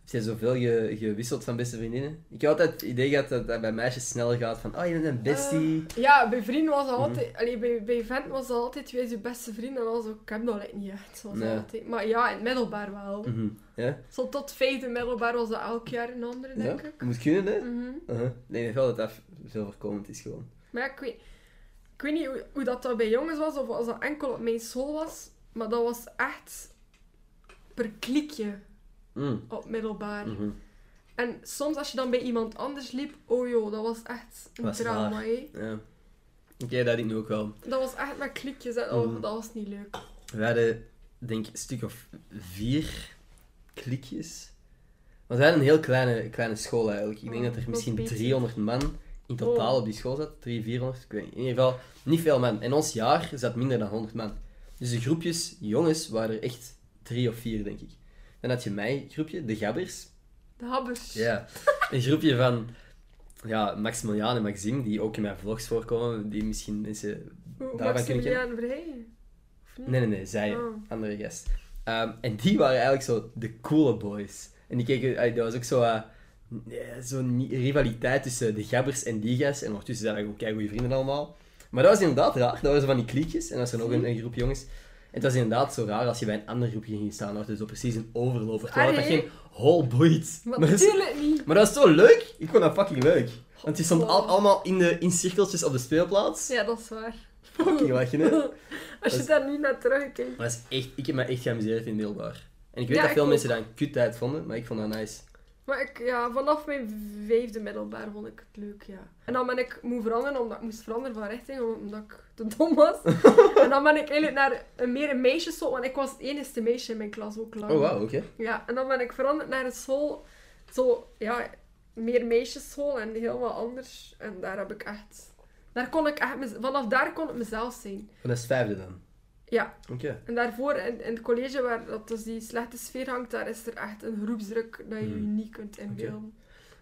S1: Heb jij zoveel ge- gewisseld van beste vriendinnen? Ik heb altijd het idee gehad dat dat bij meisjes sneller gaat van, oh, je bent een bestie.
S2: Eh, ja, bij vrienden was dat
S1: Mhm.
S2: altijd... allee, bij, bij vent was dat altijd, wees je beste vriend. En als ook, ik heb dat like niet echt, zoals
S1: Nee.
S2: altijd. Maar ja, in het middelbaar wel.
S1: Mhm. Ja?
S2: Zo tot vijfde middelbaar was dat elk jaar een andere,
S1: ja?
S2: denk ik.
S1: Moet kunnen, hè?
S2: Mhm.
S1: Uh-huh. Ik denk wel dat dat veel voorkomend is gewoon.
S2: Maar ja, ik weet, ik weet niet hoe, hoe dat, dat bij jongens was, of als dat enkel op mijn school was. Maar dat was echt per klikje
S1: Mm.
S2: op middelbaar.
S1: Mhm.
S2: En soms als je dan bij iemand anders liep, oh joh, dat was echt een
S1: Was
S2: drama,
S1: waar.
S2: hé.
S1: Ja. Oké, dat ik nu ook wel.
S2: Dat was echt met klikjes en oh,
S1: Mhm.
S2: dat was niet leuk.
S1: We hadden, denk ik, een stuk of vier klikjes. Want we hadden een heel kleine, kleine school eigenlijk. Ik denk
S2: Oh,
S1: dat er
S2: wat
S1: misschien
S2: beter.
S1: 300 man in totaal
S2: Oh.
S1: op die school zat. 300, 400, ik weet niet. In ieder geval niet veel man. In ons jaar zat minder dan 100 man. Dus de groepjes jongens waren er echt drie of vier, denk ik. Dan had je mijn groepje, de gabbers.
S2: De habbers.
S1: Ja, een groepje van ja, Maximiliaan en Maxime, die ook in mijn vlogs voorkomen, die misschien mensen...
S2: Hoe
S1: Daarvan
S2: Maximiliaan Vrijen? Of niet?
S1: Nee, nee, nee, zij,
S2: Oh.
S1: andere gast. Ehm, en die waren eigenlijk zo de coole boys. En die keken, ay, dat was ook zo... eh, nee, Zo'n ni- rivaliteit tussen de gabbers en die gast. En ondertussen zijn we ook goede vrienden allemaal. Maar dat was inderdaad raar. Dat waren zo van die kliekjes. En dan was er nog een, een groep jongens. En het was inderdaad zo raar als je bij een ander groepje ging staan. Dat was dus zo precies een overloper. Terwijl dat
S2: Allee.
S1: geen hol boeit.
S2: Maar
S1: Maar dat is-
S2: natuurlijk niet.
S1: maar dat is zo leuk. Ik vond dat fucking leuk. Want die stond al,
S2: Oh.
S1: allemaal in, de, in cirkeltjes op de speelplaats.
S2: Ja, dat is waar.
S1: Fucking lachen, hè? Dat
S2: Als je
S1: is-
S2: daar nu naar terugkijkt.
S1: is echt, ik heb me echt geamuseerd in middelbaar. En ik weet
S2: Ja,
S1: dat veel
S2: ik
S1: mensen dat een kut tijd vonden, maar ik vond dat nice.
S2: Maar ik, ja, vanaf mijn vijfde middelbaar vond ik het leuk, ja. En dan ben ik moe veranderen, omdat ik moest veranderen van richting, omdat ik te dom was. en dan ben ik eigenlijk naar een meer een meisjesschool, want ik was het enige meisje in mijn klas ook lang.
S1: Oh wauw, oké.
S2: Ja, en dan ben ik veranderd naar een school, zo, ja, meer meisjesschool en heel wat anders. En daar heb ik echt, daar kon ik echt, mez- vanaf daar kon ik mezelf zijn.
S1: Van dat is vijfde dan.
S2: Ja,
S1: Oké.
S2: en daarvoor in, in het college waar dat dus die slechte sfeer hangt, daar is er echt een groepsdruk dat je je
S1: Hmm.
S2: niet kunt inbeelden.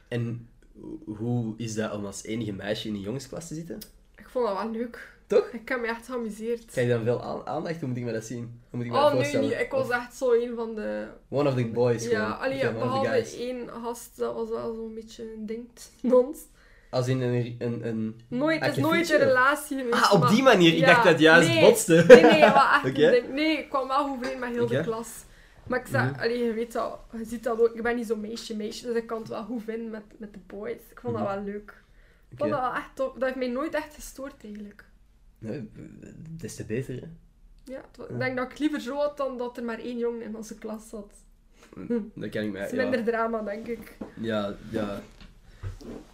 S1: En ho- hoe is dat om als enige meisje in een jongensklas te zitten?
S2: Ik vond dat wel leuk.
S1: Toch?
S2: Ik heb me echt geamuseerd.
S1: Krijg je dan veel aan- aandacht? Hoe moet ik me dat zien? Hoe moet ik me dat
S2: Oh nee,
S1: voorstellen?
S2: nee, ik was
S1: Of
S2: echt zo een van de.
S1: One of the boys
S2: Ja,
S1: gewoon.
S2: allee,
S1: Of
S2: ja,
S1: one of the
S2: behalve
S1: guys.
S2: één gast, dat was wel zo'n beetje een ding. Nons.
S1: Als in een... een, een...
S2: Nooit, het is
S1: Ah,
S2: nooit
S1: fietsen?
S2: een relatie geweest.
S1: Ah, op
S2: maar-
S1: die manier. Ik
S2: Ja,
S1: dacht dat juist
S2: nee.
S1: botste.
S2: Nee, nee, wel echt
S1: Oké.
S2: een ding. Nee, ik kwam wel goed overeen met heel
S1: Oké.
S2: de klas. Maar ik zei,
S1: Mhm.
S2: allee, je weet dat, je ziet dat ook. Ik ben niet zo'n meisje, meisje, dus ik kan het wel goed vinden met, met de boys. Ik vond
S1: Mhm.
S2: dat wel leuk. Ik
S1: Oké.
S2: vond dat wel echt top. Dat heeft mij nooit echt gestoord eigenlijk.
S1: Nee, des te beter, hè.
S2: Ja, het wa- ik denk dat ik liever zo had dan dat er maar één jongen in onze klas zat.
S1: Dat kan ik
S2: Het
S1: mij...
S2: is
S1: Ja,
S2: minder drama, denk ik.
S1: ja. ja.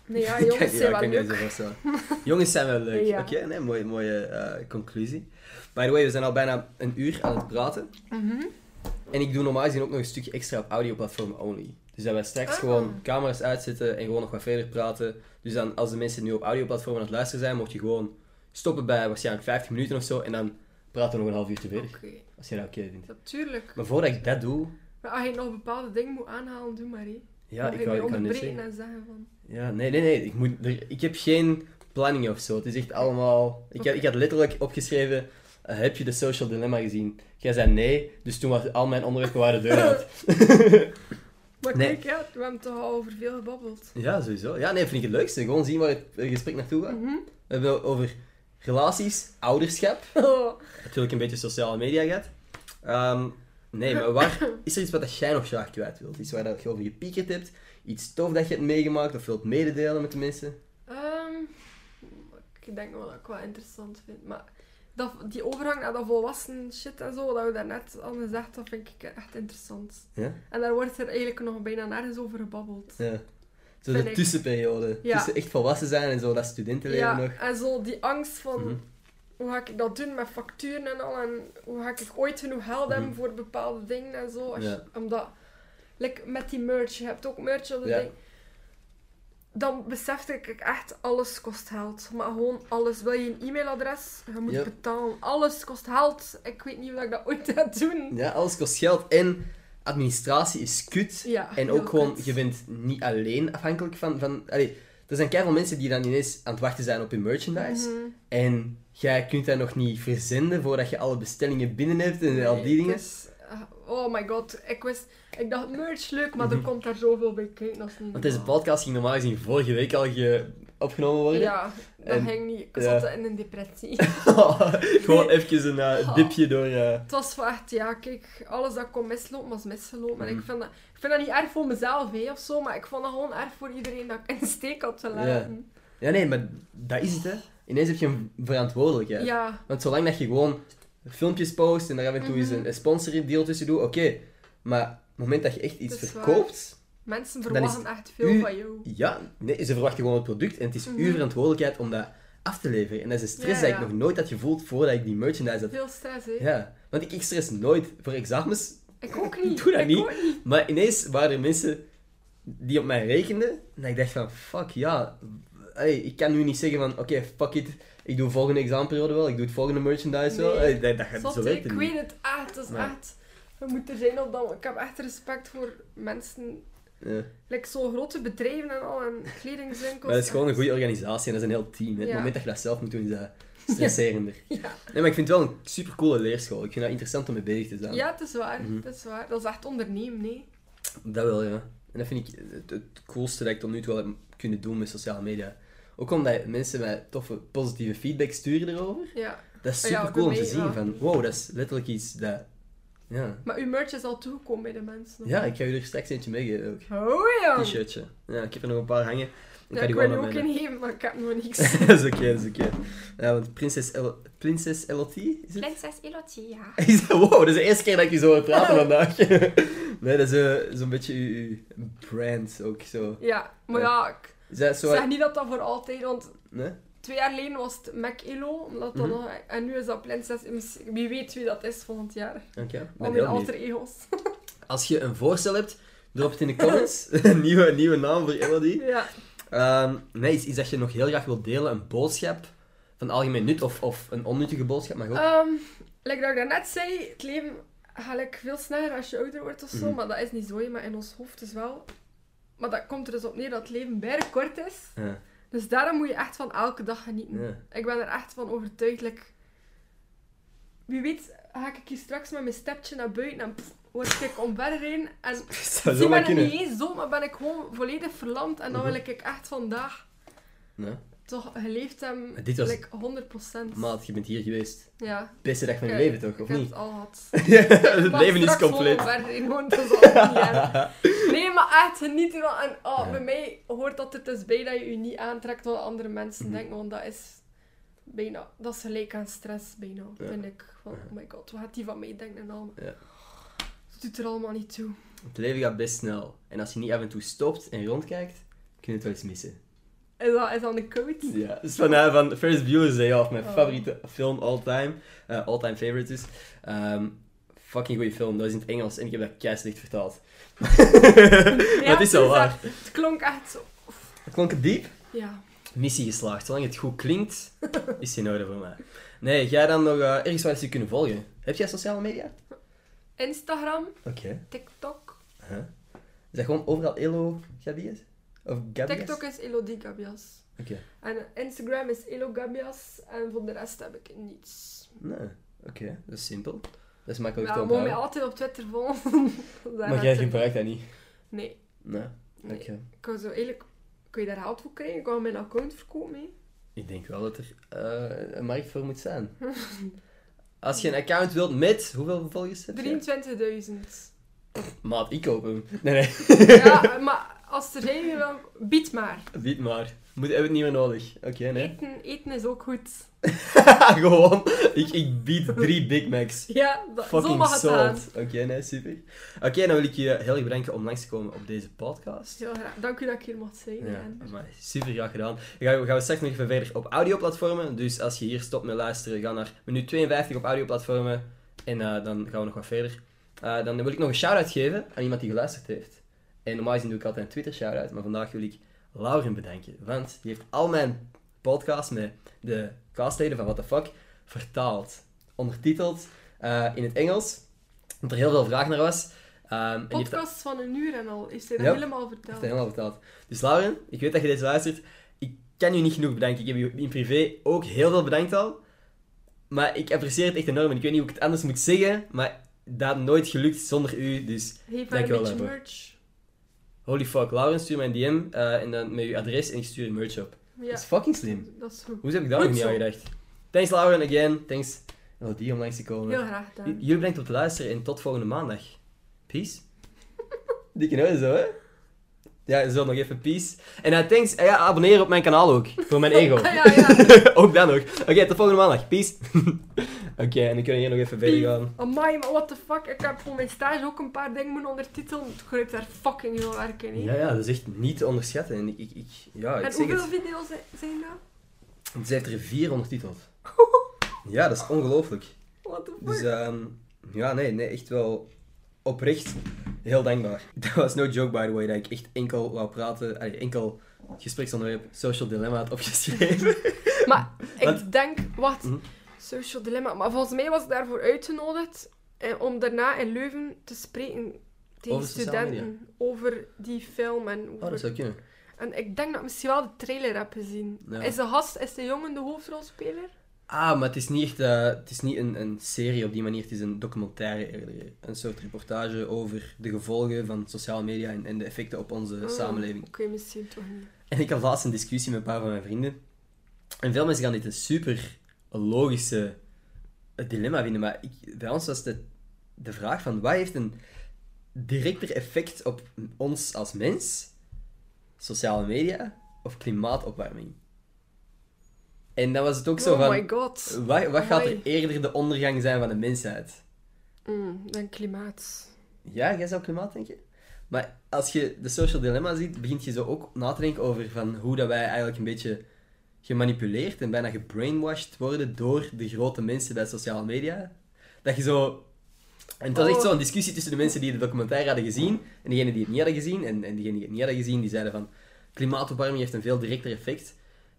S2: Nee, ja,
S1: Ik
S2: jongens
S1: kan- ja,
S2: zijn wel
S1: ik kan
S2: leuk.
S1: deze voorstellen. jongens zijn wel leuk.
S2: Ja.
S1: Oké, nee, mooie, mooie eh, conclusie. By the way, we zijn al bijna een uur aan het praten.
S2: Mhm.
S1: En ik doe normaal gezien ook nog een stukje extra op audioplatform only. Dus dat wij straks
S2: Ah.
S1: gewoon camera's uitzetten en gewoon nog wat verder praten. Dus dan, als de mensen nu op audioplatform aan het luisteren zijn, mocht je gewoon stoppen bij waarschijnlijk 50 minuten of zo. En dan praten we nog een half uurtje verder.
S2: Oké,
S1: Als je dat oké vindt.
S2: natuurlijk.
S1: Maar voordat ik dat doe...
S2: Maar als je nog bepaalde dingen moet aanhalen, doe maar hé.
S1: Ja,
S2: Dan
S1: ik
S2: ga
S1: wou
S2: je
S1: ik kan net
S2: onderbreken
S1: zeggen.
S2: en zeggen van...
S1: Ja, nee, nee, nee. Ik, moet, er- ik heb geen planning of zo. Het is echt allemaal... Ik, had, ik had letterlijk opgeschreven... eh, heb je de social dilemma gezien? Jij zei nee, dus toen was al mijn onderwerpen waren de deur uit.
S2: Maar
S1: Nee.
S2: kijk, ja, we hebben toch al over veel gebabbeld.
S1: ja, sowieso. Ja, nee, vind ik het leukste. Gewoon zien waar het eh, gesprek naartoe gaat. We hebben over relaties, ouderschap.
S2: Oh,
S1: Natuurlijk een beetje sociale media gehad. Ehm, nee, maar waar... Is er iets wat dat jij nog graag kwijt wilt? Iets waar dat je over gepiekerd hebt? Iets tof dat je hebt meegemaakt of wilt mededelen met de mensen?
S2: ehm, ik denk wel dat ik wel interessant vind. Maar dat, die overgang naar dat volwassen shit en zo, dat we daarnet al gezegd, dat vind ik echt interessant.
S1: Ja?
S2: En daar wordt er eigenlijk nog bijna nergens over gebabbeld.
S1: Ja. Zo
S2: Vind
S1: de
S2: ik.
S1: tussenperiode.
S2: Ja.
S1: Tussen echt volwassen zijn en zo dat studentenleven
S2: Ja,
S1: nog.
S2: en zo die angst van
S1: Mhm.
S2: hoe ga ik dat doen met facturen en al en hoe ga ik ooit genoeg geld hebben
S1: Mhm.
S2: voor bepaalde dingen en zo. Als je-
S1: Ja.
S2: omdat, like met die merch, je hebt ook merch op de
S1: Ja.
S2: ding. Dan besefte ik echt, alles kost geld. Maar gewoon alles. Wil je een e-mailadres? Je moet
S1: Ja.
S2: betalen. Alles kost geld. Ik weet niet of ik dat ooit ga doen.
S1: Ja, alles kost geld. En administratie is kut.
S2: Ja,
S1: en
S2: heel
S1: ook gewoon,
S2: kut.
S1: je bent niet alleen afhankelijk van... van allee, er zijn keihard mensen die dan ineens aan het wachten zijn op hun merchandise.
S2: Mhm.
S1: En jij kunt dat nog niet verzenden voordat je alle bestellingen binnen hebt en al die
S2: Nee,
S1: dingen.
S2: het is- ah, oh my god, ik wist... Ik dacht, merch leuk, maar
S1: Mhm.
S2: er komt daar zoveel bij kijken. Dat is niet
S1: Want deze
S2: normaal.
S1: podcast ging normaal gezien vorige week al ge- opgenomen worden.
S2: Ja, dat
S1: En-
S2: ging niet. Ik
S1: ja.
S2: zat in een depressie.
S1: gewoon even een eh, dipje door... eh,
S2: Het was wel echt, ja, kijk, alles dat kon mislopen was misgelopen. En
S1: Mhm.
S2: ik vind, dat, ik vind dat niet erg voor mezelf, hè, of zo, maar ik vond dat gewoon erg voor iedereen dat ik in de steek had gelaten.
S1: Ja, nee, maar dat is het, hè. Ineens heb je een
S2: Ja,
S1: verantwoordelijkheid.
S2: ja.
S1: Want zolang dat je gewoon filmpjes post en daar af en toe eens
S2: Mhm.
S1: een- een sponsordeal tussen doet, oké. Maar op het moment dat je echt iets
S2: Dat is waar.
S1: verkoopt,
S2: mensen
S1: Dan is het
S2: verwachten echt veel
S1: u-
S2: van jou.
S1: ja, nee, ze verwachten gewoon het product en het is uw
S2: Mhm.
S1: verantwoordelijkheid om dat af te leveren. En dat is een stress
S2: Ja,
S1: dat
S2: ja.
S1: ik nog nooit had gevoeld voordat ik die merchandise had.
S2: Veel stress, hè.
S1: Ja, want ik, ik stress nooit voor examens,
S2: Ik ook niet.
S1: Doe dat
S2: ik
S1: niet.
S2: Ook niet.
S1: maar ineens waren er mensen die op mij rekenden en dat ik dacht van, fuck ja, hey, ik kan nu niet zeggen van, oké, fuck it, ik doe volgende examenperiode wel, ik doe het volgende merchandise wel.
S2: Nee.
S1: Hey, dat, dat gaat
S2: Zot,
S1: zo
S2: hè. ik
S1: werken.
S2: weet het echt, het is
S1: Ja.
S2: echt... We moeten zijn op dat... Ik heb echt respect voor mensen...
S1: Ja.
S2: Like zo'n grote bedrijven en al, en kledingwinkels.
S1: Maar dat is gewoon een goede organisatie en dat is een heel team. hè. Het
S2: Ja.
S1: moment dat je dat zelf moet doen, is dat stresserender.
S2: Ja.
S1: Nee, maar ik vind het wel een supercoole leerschool. Ik vind dat interessant om mee bezig te zijn.
S2: ja, het is waar,
S1: Mhm.
S2: het is waar. Dat is echt ondernemen, nee.
S1: Dat wel, ja. En dat vind ik het, het coolste dat ik tot nu toe wel heb kunnen doen met sociale media. Ook omdat mensen mij toffe, positieve feedback sturen erover.
S2: Ja.
S1: Dat is
S2: Ah ja,
S1: super cool om
S2: bij
S1: te
S2: mij
S1: zien.
S2: wel.
S1: Van, wow, dat is letterlijk iets dat... Ja.
S2: Maar uw merch is al toegekomen bij de mensen.
S1: ja, ik ga jullie er straks eentje meegeven ook.
S2: Oh ja.
S1: T-shirtje. Ja, ik heb er nog een paar hangen. Ik
S2: Ja,
S1: ga
S2: ik
S1: die
S2: wil
S1: gewoon
S2: er ook
S1: naar mijn...
S2: in geven, maar ik heb nog niks.
S1: dat is oké, dat is oké. Ja, want prinses, El... prinses LOT is het?
S2: Prinses Elodie, ja. Oh.
S1: Is dat- wow, dat is de eerste keer dat ik je zo hoor praten vandaag. nee, dat is eh, zo'n beetje uw, uw brand ook zo.
S2: Ja, maar ja, ik
S1: Is dat zo?
S2: zeg niet dat dat voor altijd, want
S1: Nee?
S2: twee jaar geleden was het Mac Elo, omdat dat
S1: Mhm.
S2: nog, en nu is dat Prinses, MC. wie weet wie dat is volgend jaar.
S1: Oké, ik
S2: Al
S1: ben
S2: mijn
S1: heel benieuwd.
S2: alter ego's.
S1: Als je een voorstel hebt, drop het in de comments. een nieuwe, nieuwe naam voor Elodie.
S2: Ja.
S1: Ehm, nee, iets, iets dat je nog heel graag wilt delen, een boodschap van algemeen nut of, of een onnuttige boodschap, maar ook.
S2: Ehm like dat ik daarnet zei, het leven gaat like, veel sneller als je ouder wordt of zo,
S1: Mhm.
S2: maar dat is niet zo, hè, maar in ons hoofd is wel. Maar dat komt er dus op neer dat het leven bijna kort is.
S1: Ja,
S2: Dus daarom moet je echt van elke dag genieten.
S1: ja.
S2: Ik ben er echt van overtuigd. like, Wie weet ga ik hier straks met mijn stepje naar buiten en pff, word ik omverheen. En
S1: Zou
S2: zie
S1: zo
S2: maar
S1: maar
S2: er niet
S1: kunnen.
S2: eens zo, maar ben ik gewoon volledig verlamd. En dan
S1: Mhm.
S2: wil ik echt vandaag
S1: Ja.
S2: toch geleefd hebben.
S1: Maar dit was-
S2: like, 100%.
S1: Maat, je bent hier geweest.
S2: Ja,
S1: Beste dag van je
S2: Kijk,
S1: leven toch,
S2: ik
S1: of
S2: heb
S1: niet?
S2: het al gehad.
S1: Ja, het
S2: Maar
S1: leven is
S2: straks
S1: compleet.
S2: gewoon omverheen, gewoon, dat zal ik niet hebben. Nee, maar echt genieten. van- En oh,
S1: Ja.
S2: bij mij hoort dat het is bij dat je je niet aantrekt wat andere mensen
S1: Mhm.
S2: denken. Want dat is bijna, dat is gelijk aan stress bijna,
S1: Ja.
S2: vind ik. Van,
S1: Ja.
S2: oh my god, wat gaat die van mij denken en allemaal.
S1: Ja.
S2: Dat doet er allemaal niet toe.
S1: Het leven gaat best snel. En als je niet af en toe stopt en rondkijkt, kun je het wel eens missen.
S2: Is dat, is dat een coach?
S1: Ja, dus van, eh, van First Viewers Day Off, mijn
S2: Oh.
S1: favoriete film all time. eh, all time favorite is. Ehm, fucking goede film, dat is in het Engels en ik heb dat keislicht vertaald. maar het is wel waar.
S2: echt- dus Het klonk echt zo.
S1: Het klonk het diep.
S2: Ja.
S1: Missie geslaagd, zolang het goed klinkt, is het in orde voor mij. Nee, jij dan nog eh, ergens waar eens je kunnen volgen? Heb jij sociale media?
S2: Instagram,
S1: Oké.
S2: TikTok.
S1: Huh? Is dat gewoon overal Elo Gabias? Of Gabias?
S2: TikTok is Elodie Gabias.
S1: Oké.
S2: En Instagram is Elo Gabias. En voor de rest heb ik niets.
S1: Nee. Oké, dat is simpel. Dat is makkelijk
S2: Ja,
S1: te
S2: we mogen mij
S1: onthouden.
S2: altijd op Twitter volgen.
S1: Maar jij gebruikt dat niet?
S2: Nee.
S1: Nee. Oké.
S2: nee. Ik wou zo eigenlijk... Kun je daar geld voor krijgen? Ik wou mijn account verkopen, mee.
S1: Ik denk wel dat er eh, een markt voor moet zijn. Als je een account wilt met, hoeveel volgers heb je?
S2: 23.000.
S1: Maat, ik koop hem. Nee, nee,
S2: ja, maar als er geen wil, dan bied maar.
S1: bied maar. Moet, hebben we het niet meer nodig. Oké, nee.
S2: Eten, eten is ook goed.
S1: Gewoon, ik, ik bied drie Big Macs.
S2: Ja, dat, zo
S1: Fucking
S2: mag het gaan.
S1: sold. Oké, nee, super. Oké, dan wil ik je heel erg bedanken om langs te komen op deze podcast.
S2: Heel graag. Dank u dat ik hier mocht zijn.
S1: Ja,
S2: En-
S1: amai, super graag gedaan. Dan gaan we, gaan we straks nog even verder op audioplatformen. Dus als je hier stopt met luisteren, ga naar minuut 52 op audioplatformen. En eh, dan gaan we nog wat verder. Eh, dan wil ik nog een shout-out geven aan iemand die geluisterd heeft. En normaal gezien doe ik altijd een Twitter shout-out, maar vandaag wil ik Lauren bedanken. Want die heeft al mijn podcasts met de castleden van What the Fuck vertaald. Ondertiteld eh, in het Engels. Want er heel veel vraag naar was. Ehm, en je hebt dat-
S2: Podcast van een uur en al heeft hij dat
S1: Ja.
S2: helemaal
S1: heeft
S2: verteld.
S1: dat helemaal verteld. Dus Lauren, ik weet dat je deze luistert. Ik kan u niet genoeg bedanken. Ik heb u in privé ook heel veel bedankt al. Maar ik apprecieer het echt enorm. En ik weet niet hoe ik het anders moet zeggen, maar dat nooit gelukt zonder u. Dus
S2: Heeft hij een
S1: Dankjewel
S2: beetje
S1: daarvoor.
S2: merch?
S1: holy fuck, Lauren, stuur mij een DM eh, en dan met uw adres en ik stuur een merch op.
S2: Ja,
S1: Dat is fucking slim.
S2: dat is goed.
S1: Hoe heb ik daar
S2: Goed
S1: nog niet
S2: zo.
S1: aan gedacht? Thanks Lauren, again. Thanks Elodie om langs te komen.
S2: Heel graag
S1: J-
S2: gedaan.
S1: Jullie bedankt voor het luisteren en tot volgende maandag. Peace. Dikke neus zo, hè? Ja, zo nog even peace. En eh, thanks, eh, ja, abonneer op mijn kanaal ook. Voor mijn ego.
S2: Ah, ja, ja.
S1: ook dan ook. Oké, tot volgende maandag. Peace. Oké, en dan kunnen we hier nog even verder gaan.
S2: Amai, maar what the fuck. Ik heb voor mijn stage ook een paar dingen moeten ondertitelen. Het grijpt daar fucking veel werk in. hè.
S1: Ja, ja, dat is echt niet te onderschatten. En ik, ik, ik, ja, ik
S2: en
S1: zeg
S2: hoeveel
S1: het.
S2: video's zi- zijn dat?
S1: Ze heeft er vier ondertiteld. Ja, dat is ongelooflijk.
S2: What the fuck.
S1: Dus ehm, ja, nee, nee, echt wel oprecht heel dankbaar. Dat was no joke, by the way, dat ik echt enkel wou praten, allee, enkel het gespreksonderwerp social dilemma had opgeschreven.
S2: Maar ik
S1: eh, Wat?
S2: denk, wacht,
S1: Mhm.
S2: Social Dilemma. Maar volgens mij was ik daarvoor uitgenodigd eh, om daarna in Leuven te spreken tegen
S1: Over sociale
S2: studenten over die film. En, over-
S1: Oh, dat zou kunnen.
S2: en ik denk dat ik misschien wel de trailer heb gezien.
S1: Ja.
S2: Is de gast, is de jongen de hoofdrolspeler?
S1: Ah, maar het is niet echt, eh, het is niet een, een serie op die manier, het is een documentaire eerder. Een soort reportage over de gevolgen van sociale media en, en de effecten op onze
S2: Oh,
S1: samenleving.
S2: Oké, misschien toch niet.
S1: En ik had laatst een discussie met een paar van mijn vrienden. En veel mensen gaan dit een super logische eh, dilemma vinden, maar ik, bij ons was de, de vraag van wat heeft een directer effect op ons als mens, sociale media of klimaatopwarming? En dan was het ook zo
S2: oh
S1: van,
S2: my god.
S1: wat, wat gaat er
S2: Amai.
S1: eerder de ondergang zijn van de mensheid?
S2: Mm, dan klimaat.
S1: Ja, jij zou klimaat denken. Maar als je de social dilemma ziet, begint je zo ook na te denken over van hoe dat wij eigenlijk een beetje gemanipuleerd en bijna gebrainwashed worden door de grote mensen bij sociale media. Dat je zo... En het was echt
S2: Oh.
S1: zo'n discussie tussen de mensen die de documentaire hadden gezien en degenen die het niet hadden gezien. En, en diegenen die het niet hadden gezien, die zeiden van klimaatopwarming heeft een veel directer effect.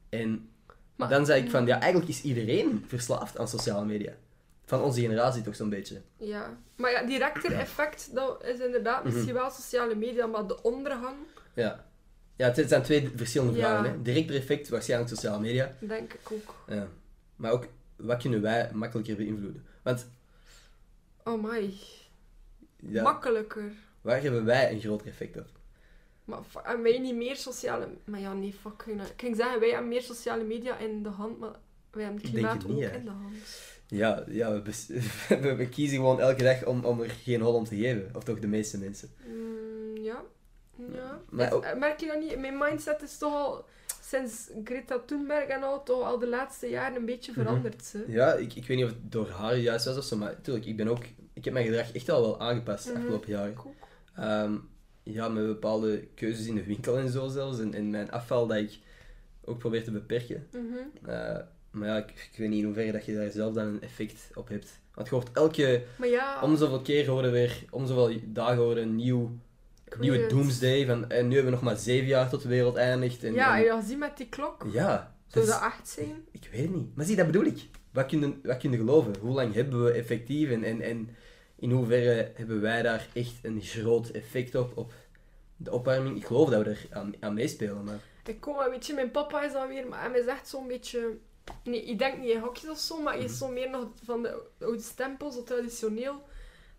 S1: En
S2: Maar-
S1: dan zei ik van, ja, eigenlijk is iedereen verslaafd aan sociale media. Van onze generatie toch zo'n beetje.
S2: Ja. Maar ja, directer effect, dat is inderdaad
S1: Mhm.
S2: misschien wel sociale media, maar de ondergang,
S1: Ja. Ja, het zijn twee verschillende
S2: Ja.
S1: vragen. Hè? Directer effect, waarschijnlijk sociale media.
S2: denk ik ook.
S1: Ja. Maar ook, wat kunnen wij makkelijker beïnvloeden? Want,
S2: Oh my.
S1: ja,
S2: Makkelijker.
S1: waar hebben wij een groter effect op?
S2: Maar f- en wij niet meer sociale... Maar ja, nee, fuck. Ik ging- ik ging zeggen, wij hebben meer sociale media in de hand, maar wij hebben het
S1: Ik denk
S2: klimaat
S1: het niet,
S2: ook
S1: hè.
S2: in de hand.
S1: Ja, ja we, bes- we, we kiezen gewoon elke dag om, om er geen hol om te geven. Of toch de meeste mensen.
S2: Mm, ja. Ja.
S1: Maar ook-
S2: Eh, Merk je dat niet? Mijn mindset is toch al, sinds Greta Thunberg en al, toch al de laatste jaren een beetje
S1: Mhm.
S2: veranderd. hè.
S1: Ja, ik, ik weet niet of het door haar juist was of zo, maar natuurlijk, ik ben ook... Ik heb mijn gedrag echt al wel aangepast de
S2: Mhm.
S1: afgelopen jaren.
S2: Ik ook.
S1: Ehm, ja, met bepaalde keuzes in de winkel en zo zelfs. En, en mijn afval dat ik ook probeer te beperken.
S2: Mhm.
S1: Eh, maar ja, ik, ik weet niet in hoeverre dat je daar zelf dan een effect op hebt. Want je hoort elke,
S2: Maar ja...
S1: om zoveel keer horen weer, om zoveel dagen horen een nieuw,
S2: ik weet
S1: nieuwe
S2: het.
S1: doomsday. Van, en nu hebben we nog maar zeven jaar tot de wereld eindigt. En,
S2: Ja,
S1: en-
S2: en je ziet met die klok.
S1: ja, Dus- dat
S2: Zou
S1: is-
S2: dat acht zijn?
S1: ik weet het niet. Maar zie, dat bedoel ik. Wat kunnen, wat kunnen geloven? Hoe lang hebben we effectief en, en, en in hoeverre hebben wij daar echt een groot effect op, op de opwarming? Ik geloof dat we er aan, aan meespelen, maar...
S2: Ik kom, maar weet je, mijn papa is dan weer, maar hij is echt zo'n beetje. Nee, ik denk niet in hokjes of zo, maar hij is zo meer nog van de oude stempel, zo traditioneel.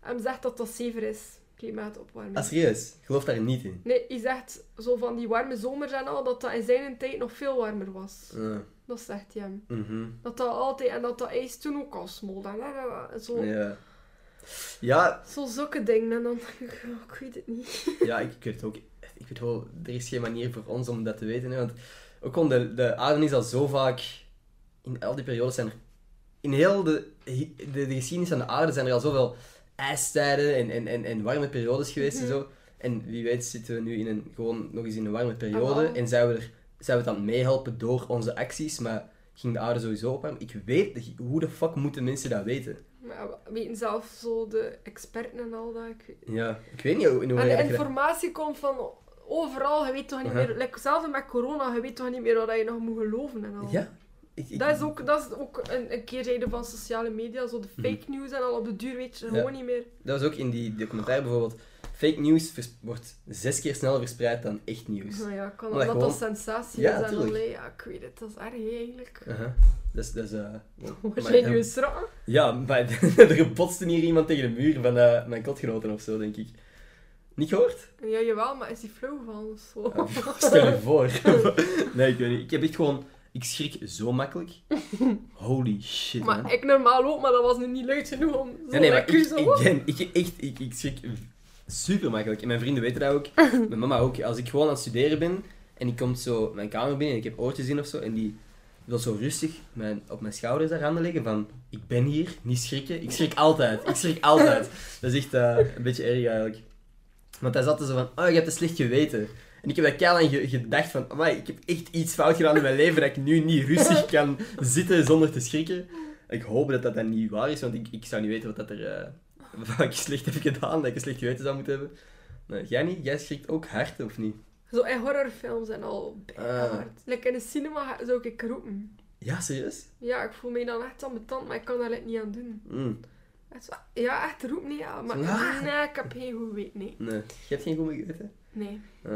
S2: En hij zegt dat dat zever is, klimaatopwarming.
S1: Ah, serieus, ik geloof daar niet in.
S2: Nee, hij zegt zo van die warme zomers en al, dat dat in zijn tijd nog veel warmer was.
S1: Eh,
S2: Dat zegt hij hem.
S1: mhm.
S2: Dat dat altijd, en dat dat ijs toen ook al smolt. en la, la, la, en Zo,
S1: Ja. Ja,
S2: zo zulke dingen. En dan denk ik, oh, ik weet het niet.
S1: Ja, ik, ik weet het ook. Ik weet wel, er is geen manier voor ons om dat te weten. Hè, want ook gewoon de, de aarde is al zo vaak. In al die periodes zijn er. In heel de, de, de geschiedenis van de aarde zijn er al zoveel ijstijden en, en, en, en warme periodes geweest
S2: Mhm.
S1: en zo. En wie weet zitten we nu in een, gewoon nog eens in een warme periode.
S2: Ah, wel.
S1: En zijn we, er, zijn we het aan het meehelpen door onze acties. Maar ging de aarde sowieso opwarmen? Ik weet, het niet. hoe de fuck moeten mensen dat weten?
S2: Maar we weten zelf zo de experten en al dat. Ik
S1: Ja, ik weet niet hoe, in hoeverre
S2: En de
S1: dat je dat-
S2: informatie komt van overal, je weet toch niet
S1: Aha.
S2: meer... Like, zelfs met corona, je weet toch niet meer wat je nog moet geloven en al.
S1: Ja, ik, ik-
S2: Oh. Dat is ook, dat is ook een, een keer reden van sociale media, zo de fake news en al, op de duur weet je
S1: Mhm. Ja.
S2: gewoon niet meer.
S1: Dat was ook in die documentaire bijvoorbeeld. Fake nieuws vers- wordt zes keer sneller verspreid dan echt nieuws.
S2: Nou ja, kan
S1: Dus- Maar
S2: omdat
S1: gewoon-
S2: dat sensatie
S1: Ja,
S2: is en
S1: tuurlijk.
S2: alleen, ja, ik weet het, dat is erg eigenlijk.
S1: Aha. Dus, dus, eh,
S2: Word
S1: maar- ehm,
S2: jij nu eens raar?
S1: Ja, maar er botste hier iemand tegen de muur van eh, mijn kotgenoten of zo, denk ik. Niet gehoord?
S2: Ja, jawel, maar is die flow van of zo?
S1: Stel je voor. nee, ik weet niet. Ik heb echt gewoon... Ik schrik zo makkelijk. Holy shit, man.
S2: Maar ik normaal ook, maar dat was nu niet luid genoeg om zo
S1: Nee, nee, maar
S2: lekker
S1: ik,
S2: zo.
S1: ik, ken- ik, echt, ik, ik schrik super makkelijk. En mijn vrienden weten dat ook. Mijn mama ook. Als ik gewoon aan het studeren ben en ik kom zo mijn kamer binnen en ik heb oortjes in of zo en die wil zo rustig mijn, op mijn schouders daar handen leggen van ik ben hier, niet schrikken. Ik schrik altijd. Ik schrik altijd. Dat is echt eh, een beetje erg eigenlijk. Want hij zat er zo van, oh, je hebt het slecht geweten. En ik heb dat keilang ge- gedacht van, amai, ik heb echt iets fout gedaan in mijn leven dat ik nu niet rustig kan zitten zonder te schrikken. Ik hoop dat dat dan niet waar is, want ik, ik zou niet weten wat, dat er, eh, wat ik slecht heb gedaan, dat ik een slecht geweten zou moeten hebben. Nee, jij niet? Jij schrikt ook hard, of niet?
S2: Zo in horrorfilms en al bijna
S1: Ah.
S2: hard. Like in de cinema ga- zou ik roepen.
S1: Ja, serieus?
S2: Ja, ik voel me dan echt aan mijn tand, maar ik kan daar like niet aan doen.
S1: Mm,
S2: Echt zo, ja, echt roep niet aan, maar Ah,
S1: Ja.
S2: nee, ik heb geen goed weten, nee.
S1: nee. Je hebt geen goed geweten?
S2: Nee.
S1: Ah.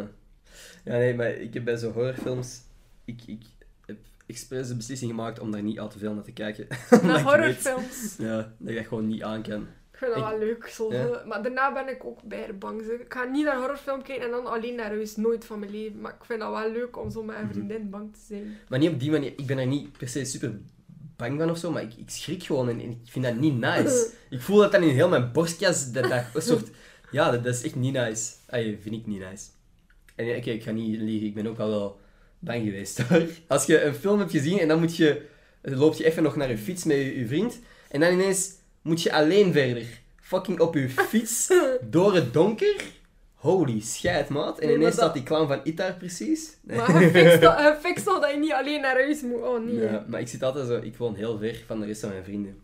S1: Ja, nee, maar ik heb bij zo'n horrorfilms... Ik, ik heb expres de beslissing gemaakt om daar niet al te veel naar te kijken. Omdat
S2: Naar
S1: ik weet-
S2: horrorfilms.
S1: Ja, dat je dat gewoon niet aan kan.
S2: Ik vind dat
S1: Ik-
S2: wel leuk, zo.
S1: Ja.
S2: maar daarna ben ik ook bij bang. zeg. Ik ga niet naar horrorfilm kijken en dan alleen naar huis, nooit van mijn leven. Maar ik vind dat wel leuk om zo met een
S1: Mhm.
S2: vriendin bang te zijn.
S1: Maar niet op die manier. Ik ben er niet per se super bang van of zo, maar ik, ik schrik gewoon en, en ik vind dat niet nice. Ik voel dat dan in heel mijn borstkas, dat, dat een soort... Ja, dat, dat is echt niet nice. Ay, vind ik niet nice. En ja, oké, ik ga niet liegen, ik ben ook al wel bang geweest hoor. Als je een film hebt gezien en dan moet je, loop je even nog naar je fiets met je, je vriend, en dan ineens moet je alleen verder. Fucking op je fiets, door het donker. Holy shit, maat. En
S2: Nee, maar
S1: ineens
S2: dat-
S1: staat die clown van It daar precies. Nee.
S2: Maar hij fixt dat- hij fixt al dat je niet alleen naar huis moet. Oh nee.
S1: Ja, maar ik zit altijd zo, ik woon heel ver van de rest van mijn vrienden.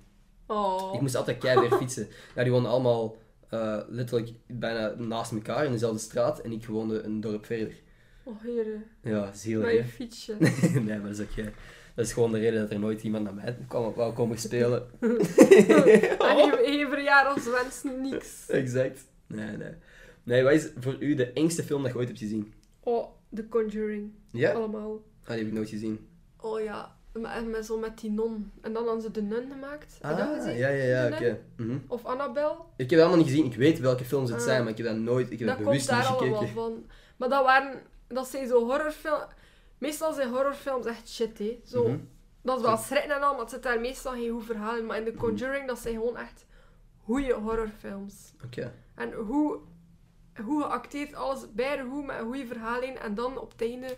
S2: Oh.
S1: Ik moest altijd keihard fietsen. Ja, die woonden allemaal eh, letterlijk bijna naast elkaar in dezelfde straat en ik woonde een dorp verder.
S2: Oh heren,
S1: Ja,
S2: met
S1: zielig.
S2: je
S1: hè.
S2: fietsje.
S1: nee, maar dat is ook gek. Dat is gewoon de reden dat er nooit iemand naar mij kwam, wou komen spelen.
S2: En je, je verjaardagswens niks.
S1: Exact. Nee, nee. Nee, wat is voor u de engste film dat je ooit hebt gezien?
S2: Oh, The Conjuring.
S1: Ja? Ah,
S2: Allemaal.
S1: die heb ik nooit gezien.
S2: Oh ja, maar- en met, zo met die non. En dan hadden ze de nun gemaakt. Heb je dat
S1: Ah,
S2: gezien?
S1: ja, ja, ja,
S2: De
S1: oké.
S2: Nun?
S1: Mhm.
S2: Of Annabelle.
S1: Ik heb dat allemaal niet gezien. Ik weet welke films het
S2: Ah.
S1: zijn, maar ik heb dat nooit, ik heb dat
S2: dat komt
S1: bewust niet
S2: daar allemaal
S1: gekeken.
S2: van. Maar dat waren... Dat zijn zo horrorfilms... Meestal zijn horrorfilms echt shit, hè. Zo,
S1: Mhm.
S2: Dat is wel schrikken en al, maar het zit daar meestal geen goed verhaal in. Maar in
S1: Mhm.
S2: The Conjuring, dat zijn gewoon echt goede horrorfilms.
S1: Oké.
S2: En hoe, hoe geacteerd alles bij hoe met een goede verhaal in. En dan op het einde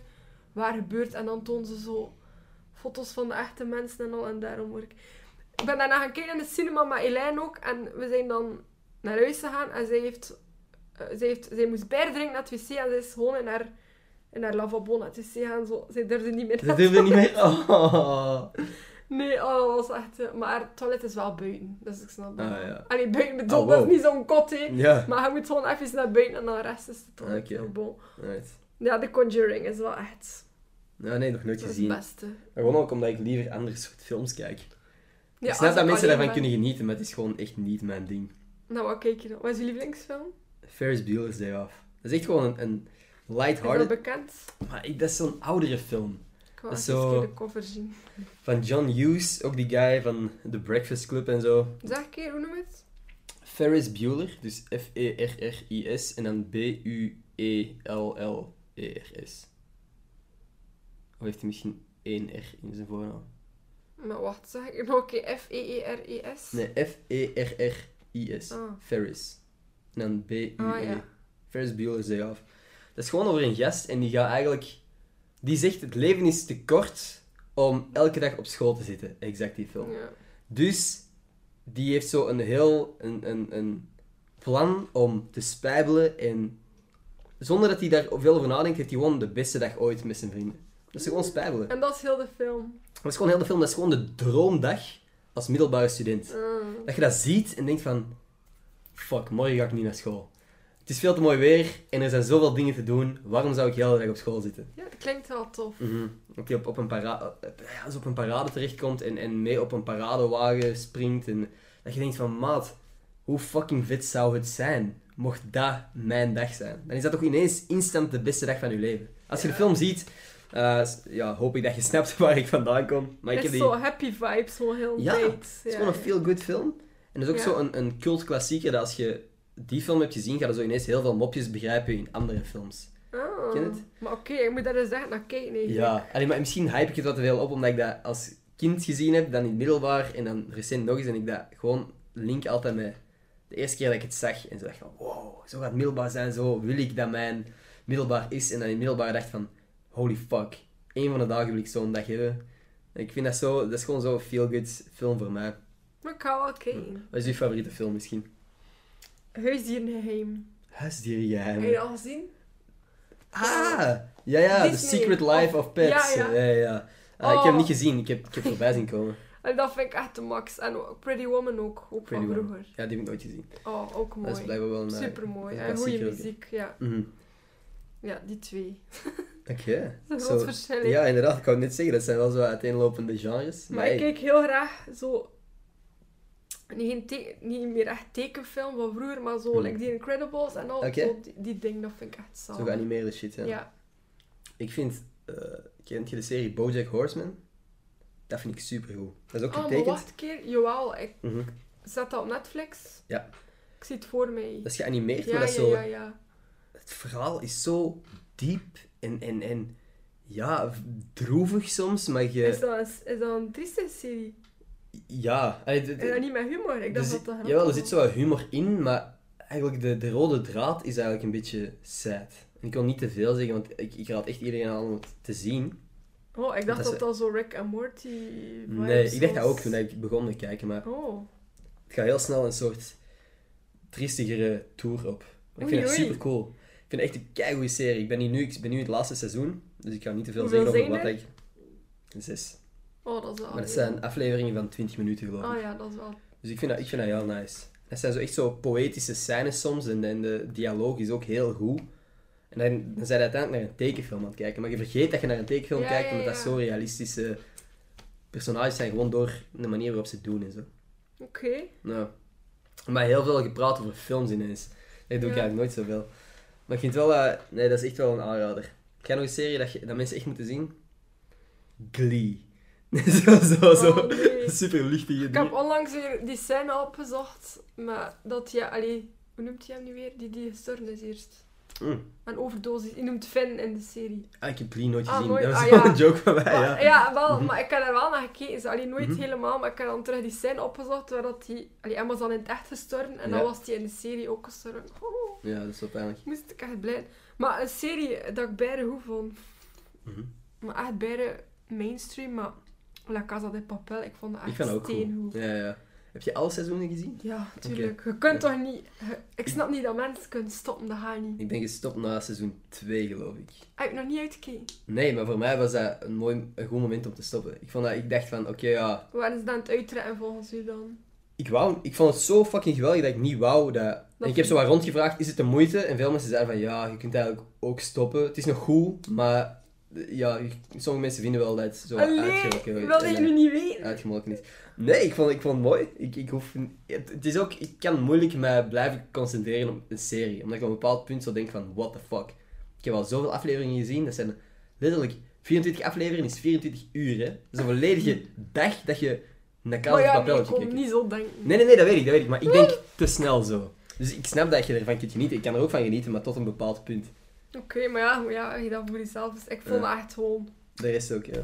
S2: waar gebeurt. En dan tonen ze zo foto's van de echte mensen en al. En daarom word ik. Ik ben daarna gaan kijken in de cinema met Elaine ook. En we zijn dan naar huis gegaan. En zij, heeft, eh, zij, heeft, zij moest bijdrinken naar het wc. En zij is gewoon in haar, in haar lavabo naar het wc gaan. Zo. Zij durfde niet meer
S1: Dat durfde niet meer. Oh.
S2: Nee, oh, dat was echt... eh, Maar het toilet is wel buiten. Dus ik snap dat.
S1: Ah, ja.
S2: Allee, buiten bedoel,
S1: Ah,
S2: dat
S1: wow.
S2: is niet zo'n kot, hè.
S1: Ja.
S2: Maar je moet gewoon even naar buiten en dan de rest is het toilet.
S1: Oké.
S2: heel bon.
S1: Right.
S2: Ja, The Conjuring is wel echt
S1: Ja, Ah, nee, nog nooit
S2: dat is het
S1: gezien.
S2: beste.
S1: Maar gewoon ook omdat ik liever andere soort films kijk.
S2: Ja,
S1: ik snap
S2: als
S1: dat mensen
S2: alleen
S1: daarvan
S2: ben-
S1: kunnen genieten, maar het is gewoon echt niet mijn ding.
S2: Nou, wat kijk je dan? Wat is je lievelingsfilm?
S1: Ferris Bueller's Day Off. Dat is echt gewoon een, een
S2: Is dat
S1: lighthearted...
S2: bekend?
S1: Maar ik, dat is zo'n oudere film.
S2: Ik wil
S1: Dat
S2: eens
S1: is zo-
S2: een keer de cover zien.
S1: Van John Hughes, ook die guy van The Breakfast Club en zo.
S2: Zeg een keer, hoe noem je het?
S1: Ferris Bueller, dus F-E-R-R-I-S en dan E B-U-E-L-L-E-R-S. E Of heeft hij misschien één R in zijn voornaam?
S2: Maar wacht, zeg ik nog een keer E F-E-E-R-E-S?
S1: Nee, E F-E-R-R-I-S.
S2: Ah.
S1: Ferris. En dan B-U-E.
S2: Ah, ja.
S1: Ferris Bueller's Day Off. Dat is gewoon over een gast en die gaat eigenlijk... Die zegt, het leven is te kort om elke dag op school te zitten. Exact die film.
S2: Ja.
S1: Dus die heeft zo een heel een, een, een plan om te spijbelen en zonder dat hij daar veel over nadenkt, heeft hij gewoon de beste dag ooit met zijn vrienden. Dat is gewoon spijbelen.
S2: En dat is heel de film.
S1: Dat is gewoon heel de film, dat is gewoon de droomdag als middelbare student.
S2: Ah.
S1: Dat je dat ziet en denkt van... Fuck, morgen ga ik niet naar school. Het is veel te mooi weer en er zijn zoveel dingen te doen. Waarom zou ik de hele dag op school zitten?
S2: Ja, dat klinkt wel tof.
S1: Mhm. Dat hij op, op, een para- eh, ja, als op een parade terechtkomt en, en mee op een paradewagen springt. En dat je denkt van, maat, hoe fucking vet zou het zijn? mocht dat mijn dag zijn. Dan is dat toch ineens instant de beste dag van je leven. Als je de film ziet, eh, s- ja, hoop ik dat je snapt waar ik vandaan kom. Maar ik
S2: Echt
S1: heb die...
S2: zo happy vibes, zo'n heel
S1: Ja,
S2: date.
S1: Het is gewoon een feel-good film. En dat is ook
S2: Ja.
S1: zo een, een cult klassieker dat als je die film hebt gezien, ga je zo ineens heel veel mopjes begrijpen in andere films.
S2: Ah,
S1: Ken je het?
S2: Maar oké, ik moet daar eens echt naar kijken eigenlijk.
S1: Ja. Allee, maar misschien hype ik het wat te veel op, omdat ik dat als kind gezien heb, dan in het middelbaar en dan recent nog eens. En ik dat gewoon link altijd met de eerste keer dat ik het zag. En zo dacht ik van, wow, zo gaat het middelbaar zijn, zo wil ik dat mijn middelbaar is. En dan in het middelbaar dacht ik van, holy fuck, één van de dagen wil ik zo'n dag hebben. En ik vind dat zo, dat is gewoon zo'n feel-good film voor mij.
S2: Maar ik ga wel kijken.
S1: Wat is je favoriete film misschien?
S2: Huisdierengeheim. Heb je
S1: Huisdierengeheim.
S2: dat al gezien?
S1: Ah! Ja, ja, The
S2: Disney. Oh,
S1: Secret Life of Pets.
S2: Ja, ja.
S1: Ja, ja. Ah, Ik heb
S2: Oh.
S1: hem niet gezien, ik heb, ik heb voorbij zien komen.
S2: En dat vind ik echt de max. En ook Pretty Woman ook, ook
S1: Pretty
S2: van
S1: Woman.
S2: vroeger.
S1: Ja, die heb ik nooit gezien.
S2: Oh, ook mooi.
S1: Dat is blijkbaar wel een... eh,
S2: Supermooi.
S1: een
S2: En goede
S1: klassieker ook.
S2: muziek, ja.
S1: Mhm.
S2: Ja, die twee.
S1: Oké.
S2: Dat is een
S1: Zo-
S2: groot verschil, hè.
S1: Ja, inderdaad, ik wou net zeggen, dat zijn wel zo uiteenlopende genres.
S2: Maar
S1: hey,
S2: ik kijk heel graag zo... Niet, geen te- niet meer echt tekenfilm van vroeger, maar zo,
S1: Hmm.
S2: like The Incredibles en al
S1: Oké.
S2: zo, die, die ding, dat vind ik echt
S1: Zo
S2: saai.
S1: geanimeerde shit, ja.
S2: ja.
S1: Ik vind... eh, kent je de serie Bojack Horseman? Dat vind ik supergoed. Dat is ook
S2: Oh, maar
S1: getekend.
S2: wacht een keer. Jawel, ik
S1: Mhm.
S2: zet dat op Netflix.
S1: Ja.
S2: Ik zie het voor mij.
S1: Dat is geanimeerd, maar
S2: ja, ja,
S1: dat is zo...
S2: ja, ja.
S1: het verhaal is zo diep en, en, en ja, droevig soms, maar je...
S2: Is, dat een, is dat een trieste serie?
S1: Ja. allee, d- d-
S2: Is dat niet met humor? Ik
S1: er
S2: dacht
S1: zit-
S2: dat dat grappig
S1: dus jawel, er
S2: was.
S1: zit zo wat humor in, maar eigenlijk de, de rode draad is eigenlijk een beetje sad. En ik wil niet te veel zeggen, want ik, ik raad echt iedereen aan om het te zien.
S2: Oh, ik dacht
S1: dat
S2: dat
S1: ze-
S2: dat, zo Rick en Morty
S1: Nee, ik dacht dat
S2: was.
S1: ook toen ik begon te kijken, maar
S2: Oh.
S1: het gaat heel snel een soort triestigere tour op. Maar ik
S2: Oei,
S1: vind het
S2: oei.
S1: super cool. Ik vind het echt een keigoede serie. Ik ben, hier nu, ik ben nu in het laatste seizoen, dus ik ga niet te veel
S2: Hoeveel
S1: zeggen over
S2: zijn
S1: wat ik... Zes.
S2: Oh, dat is wel...
S1: Maar dat zijn afleveringen van 20 minuten, geloof ik.
S2: Ah ja, dat is wel...
S1: Dus ik vind, dat, ik vind dat heel nice. Dat zijn zo echt zo poëtische scènes soms en, en de dialoog is ook heel goed. En dan, dan zijn je uiteindelijk naar een tekenfilm aan het kijken. Maar je vergeet dat je naar een tekenfilm
S2: Ja,
S1: kijkt,
S2: ja,
S1: omdat dat
S2: ja.
S1: zo realistische personages zijn, gewoon door de manier waarop ze het doen en zo.
S2: Oké.
S1: Nou. Maar heel veel gepraat over films ineens. Dat doe ik
S2: Ja.
S1: eigenlijk nooit zoveel. Maar ik vind wel, eh, nee, dat is echt wel een aanrader. Ik ga nog een serie dat, je- dat mensen echt moeten zien. Glee. zo, zo, zo.
S2: Oh, nee.
S1: Super luchtige
S2: Ik heb onlangs weer die scène opgezocht, maar dat je... Allee, hoe noemt hij hem nu weer? Die die gestorven is eerst.
S1: Mm.
S2: Een overdosis. Je noemt Finn in de serie.
S1: Ah, ik heb Glee nooit
S2: Ah,
S1: gezien.
S2: nooit.
S1: Dat was
S2: Ah,
S1: wel
S2: ja.
S1: een joke van mij, ja.
S2: Maar, ja. wel, maar ik heb er wel naar gekeken. Ze, allee, nooit
S1: Mhm.
S2: helemaal, maar ik heb dan terug die scène opgezocht waar dat die... Allee, Emma was dan in het echt gestorven en
S1: Ja.
S2: dan was die in de serie ook gestorven. Oh,
S1: Ja, dat is wel pijnlijk.
S2: moest ik echt blij. Maar een serie dat ik bijna goed vond.
S1: Mhm.
S2: Maar echt bijna mainstream, maar La Casa de Papel, ik vond dat echt
S1: Ik vind dat ook
S2: steengoed.
S1: goed. Ja, ja. Heb je alle seizoenen gezien?
S2: Ja, tuurlijk. Je kunt toch niet... je- ik snap niet dat mensen kunnen stoppen, dat ga je niet.
S1: Ik ben gestopt na seizoen 2, geloof ik.
S2: Heb ik nog niet uitgekeken.
S1: Nee, maar voor mij was dat een, mooi, een goed moment om te stoppen. Ik, vond dat, ik dacht van, oké, ja...
S2: We waren ze dan aan het uitrekken volgens u dan?
S1: Ik, wou, ik vond het zo fucking geweldig dat ik niet wou dat... En ik heb zo wat rondgevraagd, is het de moeite? En veel mensen zeiden van, ja, je kunt eigenlijk ook stoppen. Het is nog goed, maar... eh, Ja, je- sommige mensen vinden wel dat het zo
S2: Allee,
S1: uitgewerkt wordt.
S2: wilde
S1: En,
S2: je
S1: eh,
S2: nu niet weten?
S1: uitgemolken is. Nee, ik vond, ik vond het mooi. Ik, ik, hoef, het, het is ook, ik kan moeilijk mij blijven concentreren op een serie. Omdat ik op een bepaald punt zo denk van, what the fuck. Ik heb al zoveel afleveringen gezien. Dat zijn letterlijk 24 afleveringen is 24 uur. Hè? Dat is een volledige dag dat je naar Casa
S2: Maar
S1: de
S2: ja,
S1: Papel
S2: nee, ik
S1: hebt
S2: kon
S1: gekeken.
S2: niet zo denken.
S1: Nee, nee, nee, dat weet ik, dat weet ik. Maar ik denk te snel zo. Dus ik snap dat je ervan kunt genieten. Ik kan er ook van genieten, maar tot een bepaald punt.
S2: Oké, maar ja, maar ja, als je dat voor jezelf is. Ik vond
S1: Ja.
S2: dat echt gewoon...
S1: De rest ook, ja. Ja,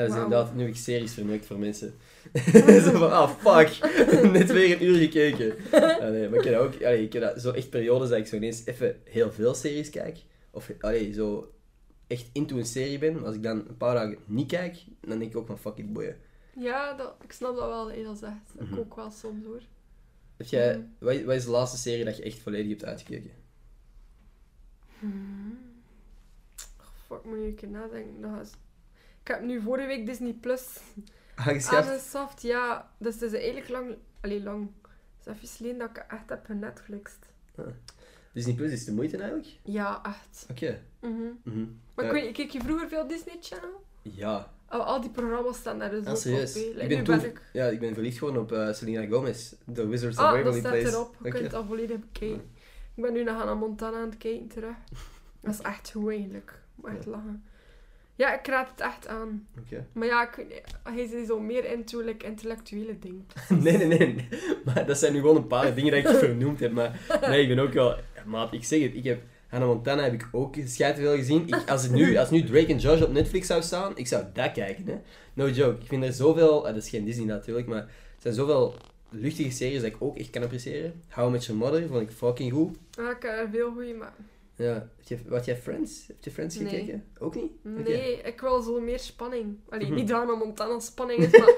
S1: dat is
S2: Wauw.
S1: inderdaad, nu heb ik series verneukt voor mensen. zo van, ah, fuck. Net weer een uur gekeken. Ah, nee, maar ik heb dat ook, allee, ik heb dat zo echt periodes dat ik zo ineens even heel veel series kijk. Of, allee, zo echt into een serie ben. Maar als ik dan een paar dagen niet kijk, dan denk ik ook van, fuck it, boeien.
S2: Ja, dat, ik snap dat wel dat je dat zegt. Dat
S1: Mhm.
S2: Ik ook wel soms hoor.
S1: Heb jij,
S2: Mhm.
S1: wat, wat is de laatste serie dat je echt volledig hebt uitgekeken?
S2: Fuck, moet je een keer nadenken. Dat is- Ik heb nu vorige week Disney Plus Ah,
S1: Aangeschaft?
S2: aangeschaft. Ja, dus het is eigenlijk lang... Allee, lang. Het is even geleden dat ik echt heb genetflixt.
S1: Disney Plus is de moeite eigenlijk?
S2: Ja, echt.
S1: Oké.
S2: Mhm.
S1: Mhm.
S2: Maar
S1: Ja.
S2: ik weet niet, keek je vroeger veel Disney Channel?
S1: Ja,
S2: Al, al die programma's staan daar dus
S1: ah,
S2: ook
S1: serieus.
S2: op. hè.
S1: Ik
S2: Like,
S1: ben,
S2: nu
S1: toen,
S2: ben ik...
S1: ja, ik ben verliefd geworden op eh, Selena Gomez, de Wizards of
S2: Ah, dat
S1: Waverly
S2: staat
S1: Place.
S2: erop. Je
S1: Oké.
S2: kunt dat volledig bekijken. Ik ben nu naar Hannah Montana aan het kijken terug. Dat is echt goed eigenlijk. Moet echt lachen. Ja, ik raad het echt aan.
S1: Oké.
S2: Maar ja, ik, weet niet, hij is zo meer into like, intellectuele dingen.
S1: Nee, nee, nee. Maar dat zijn nu gewoon een paar dingen dat ik vernoemd heb. Maar nee, ik ben ook wel... Maat, ik zeg het. Ik heb... Hannah Montana heb ik ook schijt veel gezien. Ik, als, het nu, als nu Drake en Josh op Netflix zou staan, ik zou dat kijken. Hè. No joke. Ik vind er zoveel... ah, dat is geen Disney natuurlijk, maar er zijn zoveel luchtige series dat ik ook echt kan appreciëren. How I Met Your Mother vond ik fucking goed.
S2: Ah, ik heb er veel goeie, maar...
S1: Ja. Heb je- Wat jij Friends? Heb je Friends
S2: Nee.
S1: gekeken? Ook niet? Oké.
S2: Nee, ik wil zo meer spanning. Allee,
S1: Mhm.
S2: niet dat Hannah Montana spanning is, maar...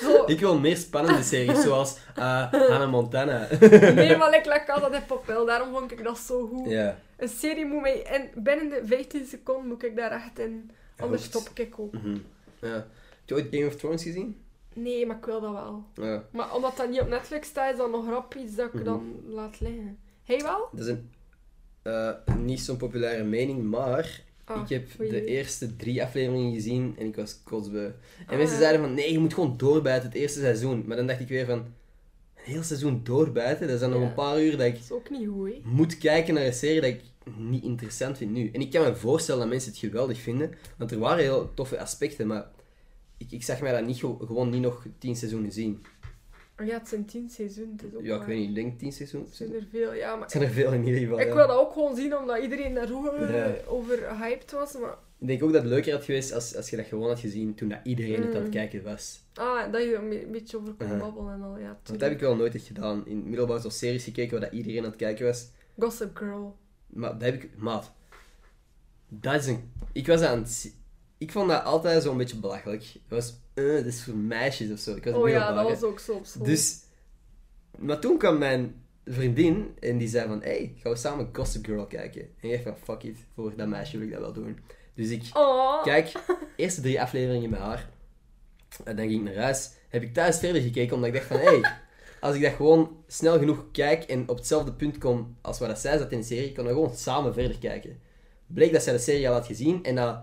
S2: zo...
S1: Ik wil meer spannende series, zoals eh, Hannah Montana.
S2: Nee, maar ik lak altijd in papel. Daarom vond ik dat zo goed.
S1: ja.
S2: Een serie moet mij... En binnen de 15 seconden moet ik daar echt in... Anders
S1: Hooked.
S2: stop ik ook.
S1: Mhm. ja. Heb je ooit Game of Thrones gezien?
S2: Nee, maar ik wil dat wel.
S1: Ja.
S2: Maar omdat dat niet op Netflix staat, is dat nog rap iets dat ik
S1: Mhm.
S2: dan laat liggen. Hij wel?
S1: Dat is een eh, niet zo'n populaire mening, maar
S2: Ah,
S1: ik heb
S2: voor
S1: de
S2: jullie. eerste
S1: eerste drie afleveringen gezien en ik was kotsbeu. En
S2: Ah,
S1: mensen
S2: ja.
S1: zeiden van, nee, je moet gewoon doorbijten het eerste seizoen. Maar dan dacht ik weer van, een heel seizoen doorbijten? Dat is dan nog
S2: Ja.
S1: een paar uur dat ik
S2: Dat is ook niet goed, hè?
S1: moet kijken naar een serie dat ik niet interessant vind nu. En ik kan me voorstellen dat mensen het geweldig vinden, want er waren heel toffe aspecten, maar ik, ik zag mij dat niet, ge- gewoon niet nog tien seizoenen zien.
S2: Maar Ah, Ja, het zijn tien seizoenen. Het is ook
S1: Ja, ik
S2: maar-
S1: weet niet, ik denk tien seizoenen.
S2: Het
S1: Het
S2: zijn er veel, ja. Maar
S1: zijn er veel in ieder geval.
S2: ik
S1: ja.
S2: wil dat ook gewoon zien, omdat iedereen daar over,
S1: Ja.
S2: over hyped was. Maar
S1: Ik denk ook dat het leuker had geweest als, als je dat gewoon had gezien toen dat iedereen het aan het
S2: Mm.
S1: kijken was.
S2: ah, dat je er een beetje over kon
S1: Ja.
S2: babbelen en al,
S1: Want
S2: ja. tuurlijk.
S1: dat heb ik wel nooit echt gedaan. In het middelbaar zo'n series gekeken waar dat iedereen aan het kijken was.
S2: Gossip Girl.
S1: Maar dat heb ik... Maat. Dat is een... Ik was aan het... zi- Ik vond dat altijd zo'n beetje belachelijk. Het was... eh, dit is voor meisjes of zo. Ik was in
S2: oh
S1: het
S2: ja,
S1: middelbaar,
S2: dat
S1: hè.
S2: was ook zo op school.
S1: Dus... Maar toen kwam mijn vriendin en die zei van... Hey, gaan we samen Gossip Girl kijken? En ik dacht van, fuck it. Voor dat meisje wil ik dat wel doen. Dus ik...
S2: Oh,
S1: Kijk, eerste drie afleveringen met haar. En dan ging ik naar huis. Heb ik thuis verder gekeken, omdat ik dacht van... Hey, als ik dat gewoon snel genoeg kijk en op hetzelfde punt kom als waar dat zij zat in de serie, kan we gewoon samen verder kijken. Bleek dat zij de serie al had gezien en dat...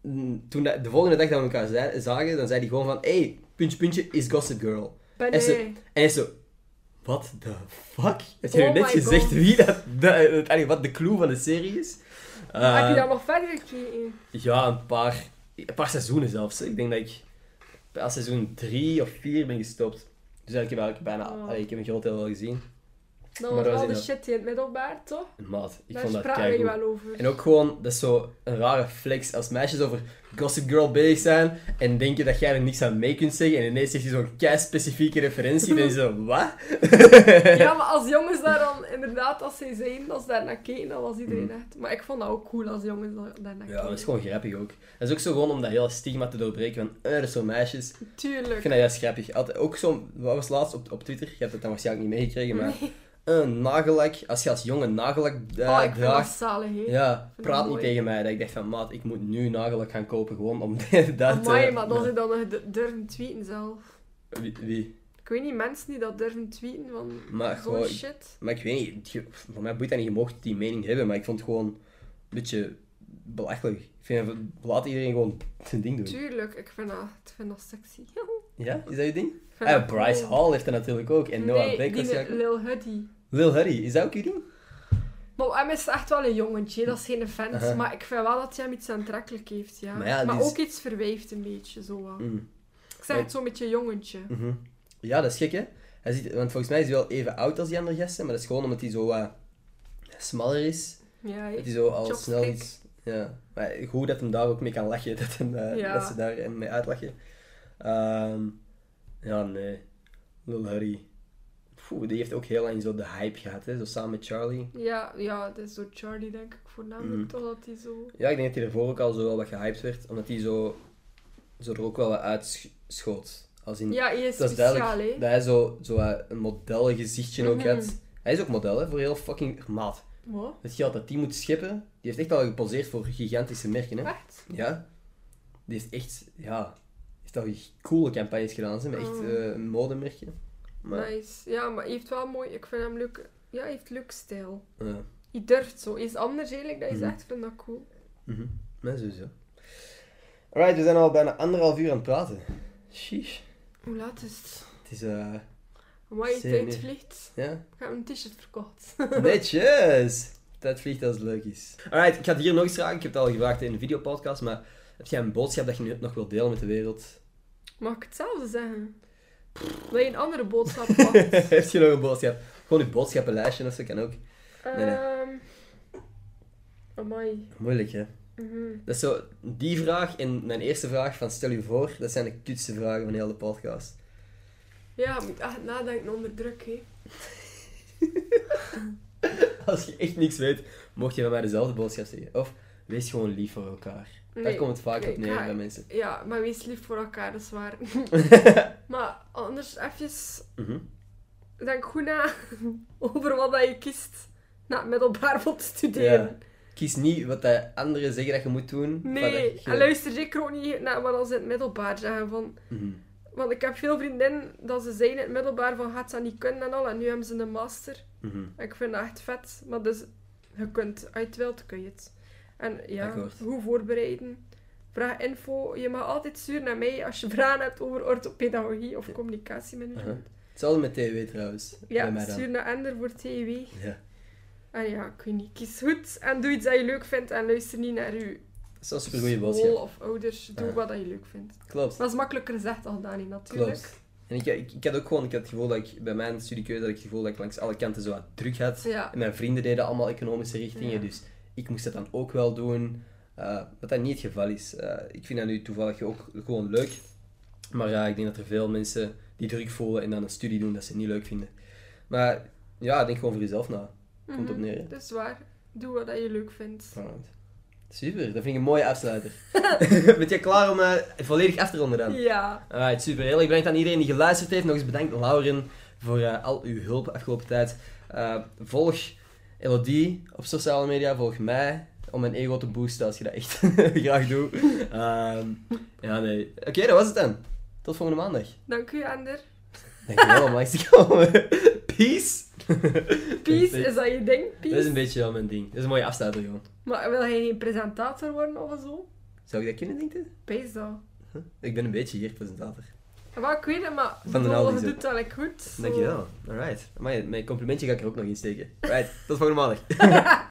S1: mm, Toen dat- de volgende dag dat we elkaar zei- zagen, dan zei hij gewoon van... Hey, puntje, puntje, is Gossip Girl.
S2: ben
S1: en ze-
S2: jij.
S1: En hij zo... What the fuck? Heb je
S2: Oh
S1: nu net
S2: my
S1: gezegd
S2: God.
S1: wie dat, dat, eigenlijk wat de clue van de serie is?
S2: Heb je
S1: Eh,
S2: dat nog verder gekeken?
S1: ja, een paar, een paar seizoenen zelfs. Ik denk dat ik bij seizoen 3 of 4 ben gestopt. Dus eigenlijk heb ik eigenlijk bijna...
S2: Oh.
S1: allee, ik heb een groot deel wel gezien.
S2: Dat
S1: Maar
S2: was
S1: dat was
S2: al de
S1: in-
S2: shit in het middelbaar, toch?
S1: Maat, ik
S2: daar
S1: vond dat
S2: spraken we
S1: keigoed.
S2: wel over.
S1: En ook gewoon, dat is zo een rare flex. Als meisjes over Gossip Girl bezig zijn en denken dat jij er niks aan mee kunt zeggen en ineens zegt je zo'n kei-specifieke referentie, dan is het zo, wat?
S2: Ja, maar als jongens daar dan, inderdaad, als zij zeiden, als ze daar naar keken, dan was iedereen echt... Maar ik vond dat ook cool als jongens daar daar
S1: Mhm.
S2: naar
S1: Ja,
S2: keken.
S1: dat is gewoon grappig ook. Dat is ook zo gewoon om dat hele stigma te doorbreken van, eh, dat is voor meisjes. Ik
S2: Tuurlijk.
S1: vind dat juist grappig. Altijd, ook zo, wat was laatst op, op Twitter? Je hebt het dan waarschijnlijk niet meegekregen, maar...
S2: Nee.
S1: een nagellak, als je als jongen nagellak eh,
S2: Oh, ik vind dat
S1: draagt,
S2: zalig, hè.
S1: ja,
S2: dat
S1: praat niet
S2: mooi.
S1: tegen mij. Dat ik dacht van, maat, ik moet nu nagellak gaan kopen, gewoon om dat eh,
S2: Amai,
S1: te...
S2: maar dat ze dan nog d- durven tweeten zelf.
S1: Wie, wie?
S2: Ik weet niet, mensen die dat durven tweeten van
S1: Maar
S2: zo'n
S1: gewoon-
S2: shit.
S1: Maar ik weet niet, je- voor mij boeit dat niet, je mocht die mening hebben, maar ik vond het gewoon een beetje belachelijk. Ik vind, van, laat iedereen gewoon zijn ding doen.
S2: Tuurlijk, ik vind dat, ik vind dat sexy. Ik
S1: Ja, is dat je ding?
S2: vind
S1: Ah,
S2: dat
S1: Bryce
S2: cool.
S1: Hall heeft dat natuurlijk ook, en Noah
S2: nee,
S1: Beck
S2: die
S1: waarschijnlijk.
S2: Lil Huddy.
S1: Lil Huddy, is dat ook je ding?
S2: Maar hem is echt wel een jongetje, dat is geen vent.
S1: Aha.
S2: Maar ik vind wel dat hij hem iets aantrekkelijk heeft, ja.
S1: Uh-huh. Maar ja, die is-
S2: ook iets verwijft een beetje, zo wat.
S1: Mm.
S2: Ik zeg het zo'n beetje jongetje.
S1: Mhm. Ja, dat is gek, hè? Hij ziet, want volgens mij is hij wel even oud als die andere gasten, maar dat is gewoon omdat hij zo wat smaller is.
S2: Ja,
S1: Dat
S2: hè.
S1: hij zo al
S2: Chopstick.
S1: snel iets... Ja. Maar goed dat hem daar ook mee kan lachen. Dat, hem, eh,
S2: Ja.
S1: dat ze daar hem mee uitlachen. Ehm, ja, nee. Lil Hurry. Poeh, die heeft ook heel lang zo de hype gehad, hè. Zo samen met Charlie.
S2: Ja, ja, dat is door Charlie, denk ik, voornamelijk.
S1: Mhm.
S2: toch dat hij zo...
S1: Ja, ik denk dat hij ervoor ook al zo wel wat gehyped werd. Omdat hij zo, zo er ook wel wat uitschoot. Als in,
S2: Ja, hij is
S1: Mm. dat is
S2: speciaal,
S1: duidelijk
S2: hè.
S1: dat hij zo, zo wat een modellengezichtje ook
S2: Mhm.
S1: had. Hij is ook model, hè. Voor heel fucking... Maat.
S2: Wat?
S1: Het geld dat die moet scheppen, die heeft echt al geposeerd voor gigantische merken, hè.
S2: Echt?
S1: Ja. Die heeft echt, ja, heeft al coole campagnes gedaan, ze met echt
S2: Oh.
S1: eh, een modemerkje. Maar,
S2: Nice. Ja, maar hij heeft wel mooi... Ik vind hem leuk... Ja, hij heeft leuk stijl.
S1: ja.
S2: Hij durft zo. Hij is anders, eigenlijk. Dat is
S1: Mhm.
S2: echt, ik vind dat cool.
S1: Mhm. Maar sowieso. Alright, we zijn al bijna anderhalf uur aan het praten. Sheesh.
S2: Hoe laat is het?
S1: Het is eh
S2: Maar je
S1: Zin
S2: tijd
S1: in.
S2: vliegt.
S1: Ja?
S2: Ik heb een t-shirt verkocht.
S1: Netjes! Tijd vliegt als het leuk is. Alright, ik ga het hier nog eens vragen. Ik heb het al gevraagd in een videopodcast, maar heb jij een boodschap dat je nu nog wilt delen met de wereld?
S2: Mag ik hetzelfde zeggen? Dat je een andere boodschap had.
S1: heb je nog een boodschap? Gewoon een boodschappenlijstje of zo kan ook. nee.
S2: Ehm Amai.
S1: Moeilijk, hè?
S2: Mhm.
S1: Dat is zo, die vraag en mijn eerste vraag van stel je voor, dat zijn de kutste vragen van heel de podcast.
S2: Ja, je moet echt nadenken onder druk, hè.
S1: Als je echt niks weet, mocht je bij mij dezelfde boodschap zeggen. Of, wees gewoon lief voor elkaar. Daar
S2: Nee,
S1: komt het vaak
S2: nee,
S1: op neer
S2: ik ga-
S1: bij mensen.
S2: Ja, maar wees lief voor elkaar, dat is waar. maar anders even...
S1: Mhm.
S2: Denk goed na over wat dat je kiest na het middelbaar voor te studeren.
S1: Kies niet wat de anderen zeggen dat je moet doen. maar
S2: Nee,
S1: dat je-
S2: en luister zeker ook niet naar wat ze in het middelbaar zeggen. Van,
S1: Mhm.
S2: want ik heb veel vriendinnen dat ze zijn in het middelbaar van gaat ze niet kunnen en al. En nu hebben ze een master.
S1: Mhm.
S2: Ik vind dat echt vet. Maar dus, je kunt, uit je het wilt, kun je het. En ja,
S1: Akkoord.
S2: hoe voorbereiden? Vraag info. Je mag altijd sturen naar mij als je vragen hebt over orthopedagogie of communicatiemanagement.
S1: Hetzelfde met TW trouwens. bij
S2: Ja,
S1: mij dan.
S2: stuur naar Ender voor TW.
S1: Ja.
S2: En ja, ik weet niet. Kies goed en doe iets dat je leuk vindt en luister niet naar je
S1: Dat is een supergoeie
S2: school
S1: boodschap.
S2: of ouders. Doe
S1: Ja.
S2: wat dat je leuk vindt.
S1: Klopt.
S2: Dat is makkelijker gezegd dan gedaan, hè, natuurlijk.
S1: Klopt. En ik, ik, ik had ook gewoon ik had het gevoel dat ik bij mijn studiekeuze had ik het gevoel dat ik langs alle kanten zo wat druk had.
S2: Ja.
S1: En mijn vrienden deden allemaal economische richtingen,
S2: Ja.
S1: dus ik moest dat dan ook wel doen. Eh, wat dat niet het geval is. Eh, ik vind dat nu toevallig ook gewoon leuk. Maar ja, ik denk dat er veel mensen die druk voelen en dan een studie doen dat ze niet leuk vinden. Maar ja, denk gewoon voor jezelf na. Komt op
S2: Mhm.
S1: neer, hè.
S2: Dat is waar. Doe wat dat je leuk vindt.
S1: Alright. Super, dat vind ik een mooie afsluiter. Bent jij klaar om eh, volledig af te ronden dan?
S2: Ja.
S1: Alright, super. Heel erg bedankt aan iedereen die geluisterd heeft. Nog eens bedankt Lauren voor eh, al uw hulp afgelopen tijd. Eh, volg Elodie op sociale media, volg mij om mijn ego te boosten als je dat echt graag doet. Ehm, ja, nee. Oké, dat was het dan. Tot volgende maandag.
S2: Dank u, Ender.
S1: Dankjewel om langs te komen. Peace.
S2: Peace, is dat je ding? Peace.
S1: Dat is een beetje wel mijn ding. Dat is een mooie afsluiter gewoon.
S2: Maar wil hij geen presentator worden of zo?
S1: Zou ik dat kunnen, denk je?
S2: Pees dat.
S1: Ik ben een beetje hier presentator.
S2: Maar ik weet het, maar
S1: Van den
S2: zo,
S1: Aldi
S2: je
S1: zo.
S2: doet dat like, goed. zo.
S1: Dankjewel. Alright. Amai, Mijn complimentje ga ik er ook nog in steken. Alright, tot volgende maandag.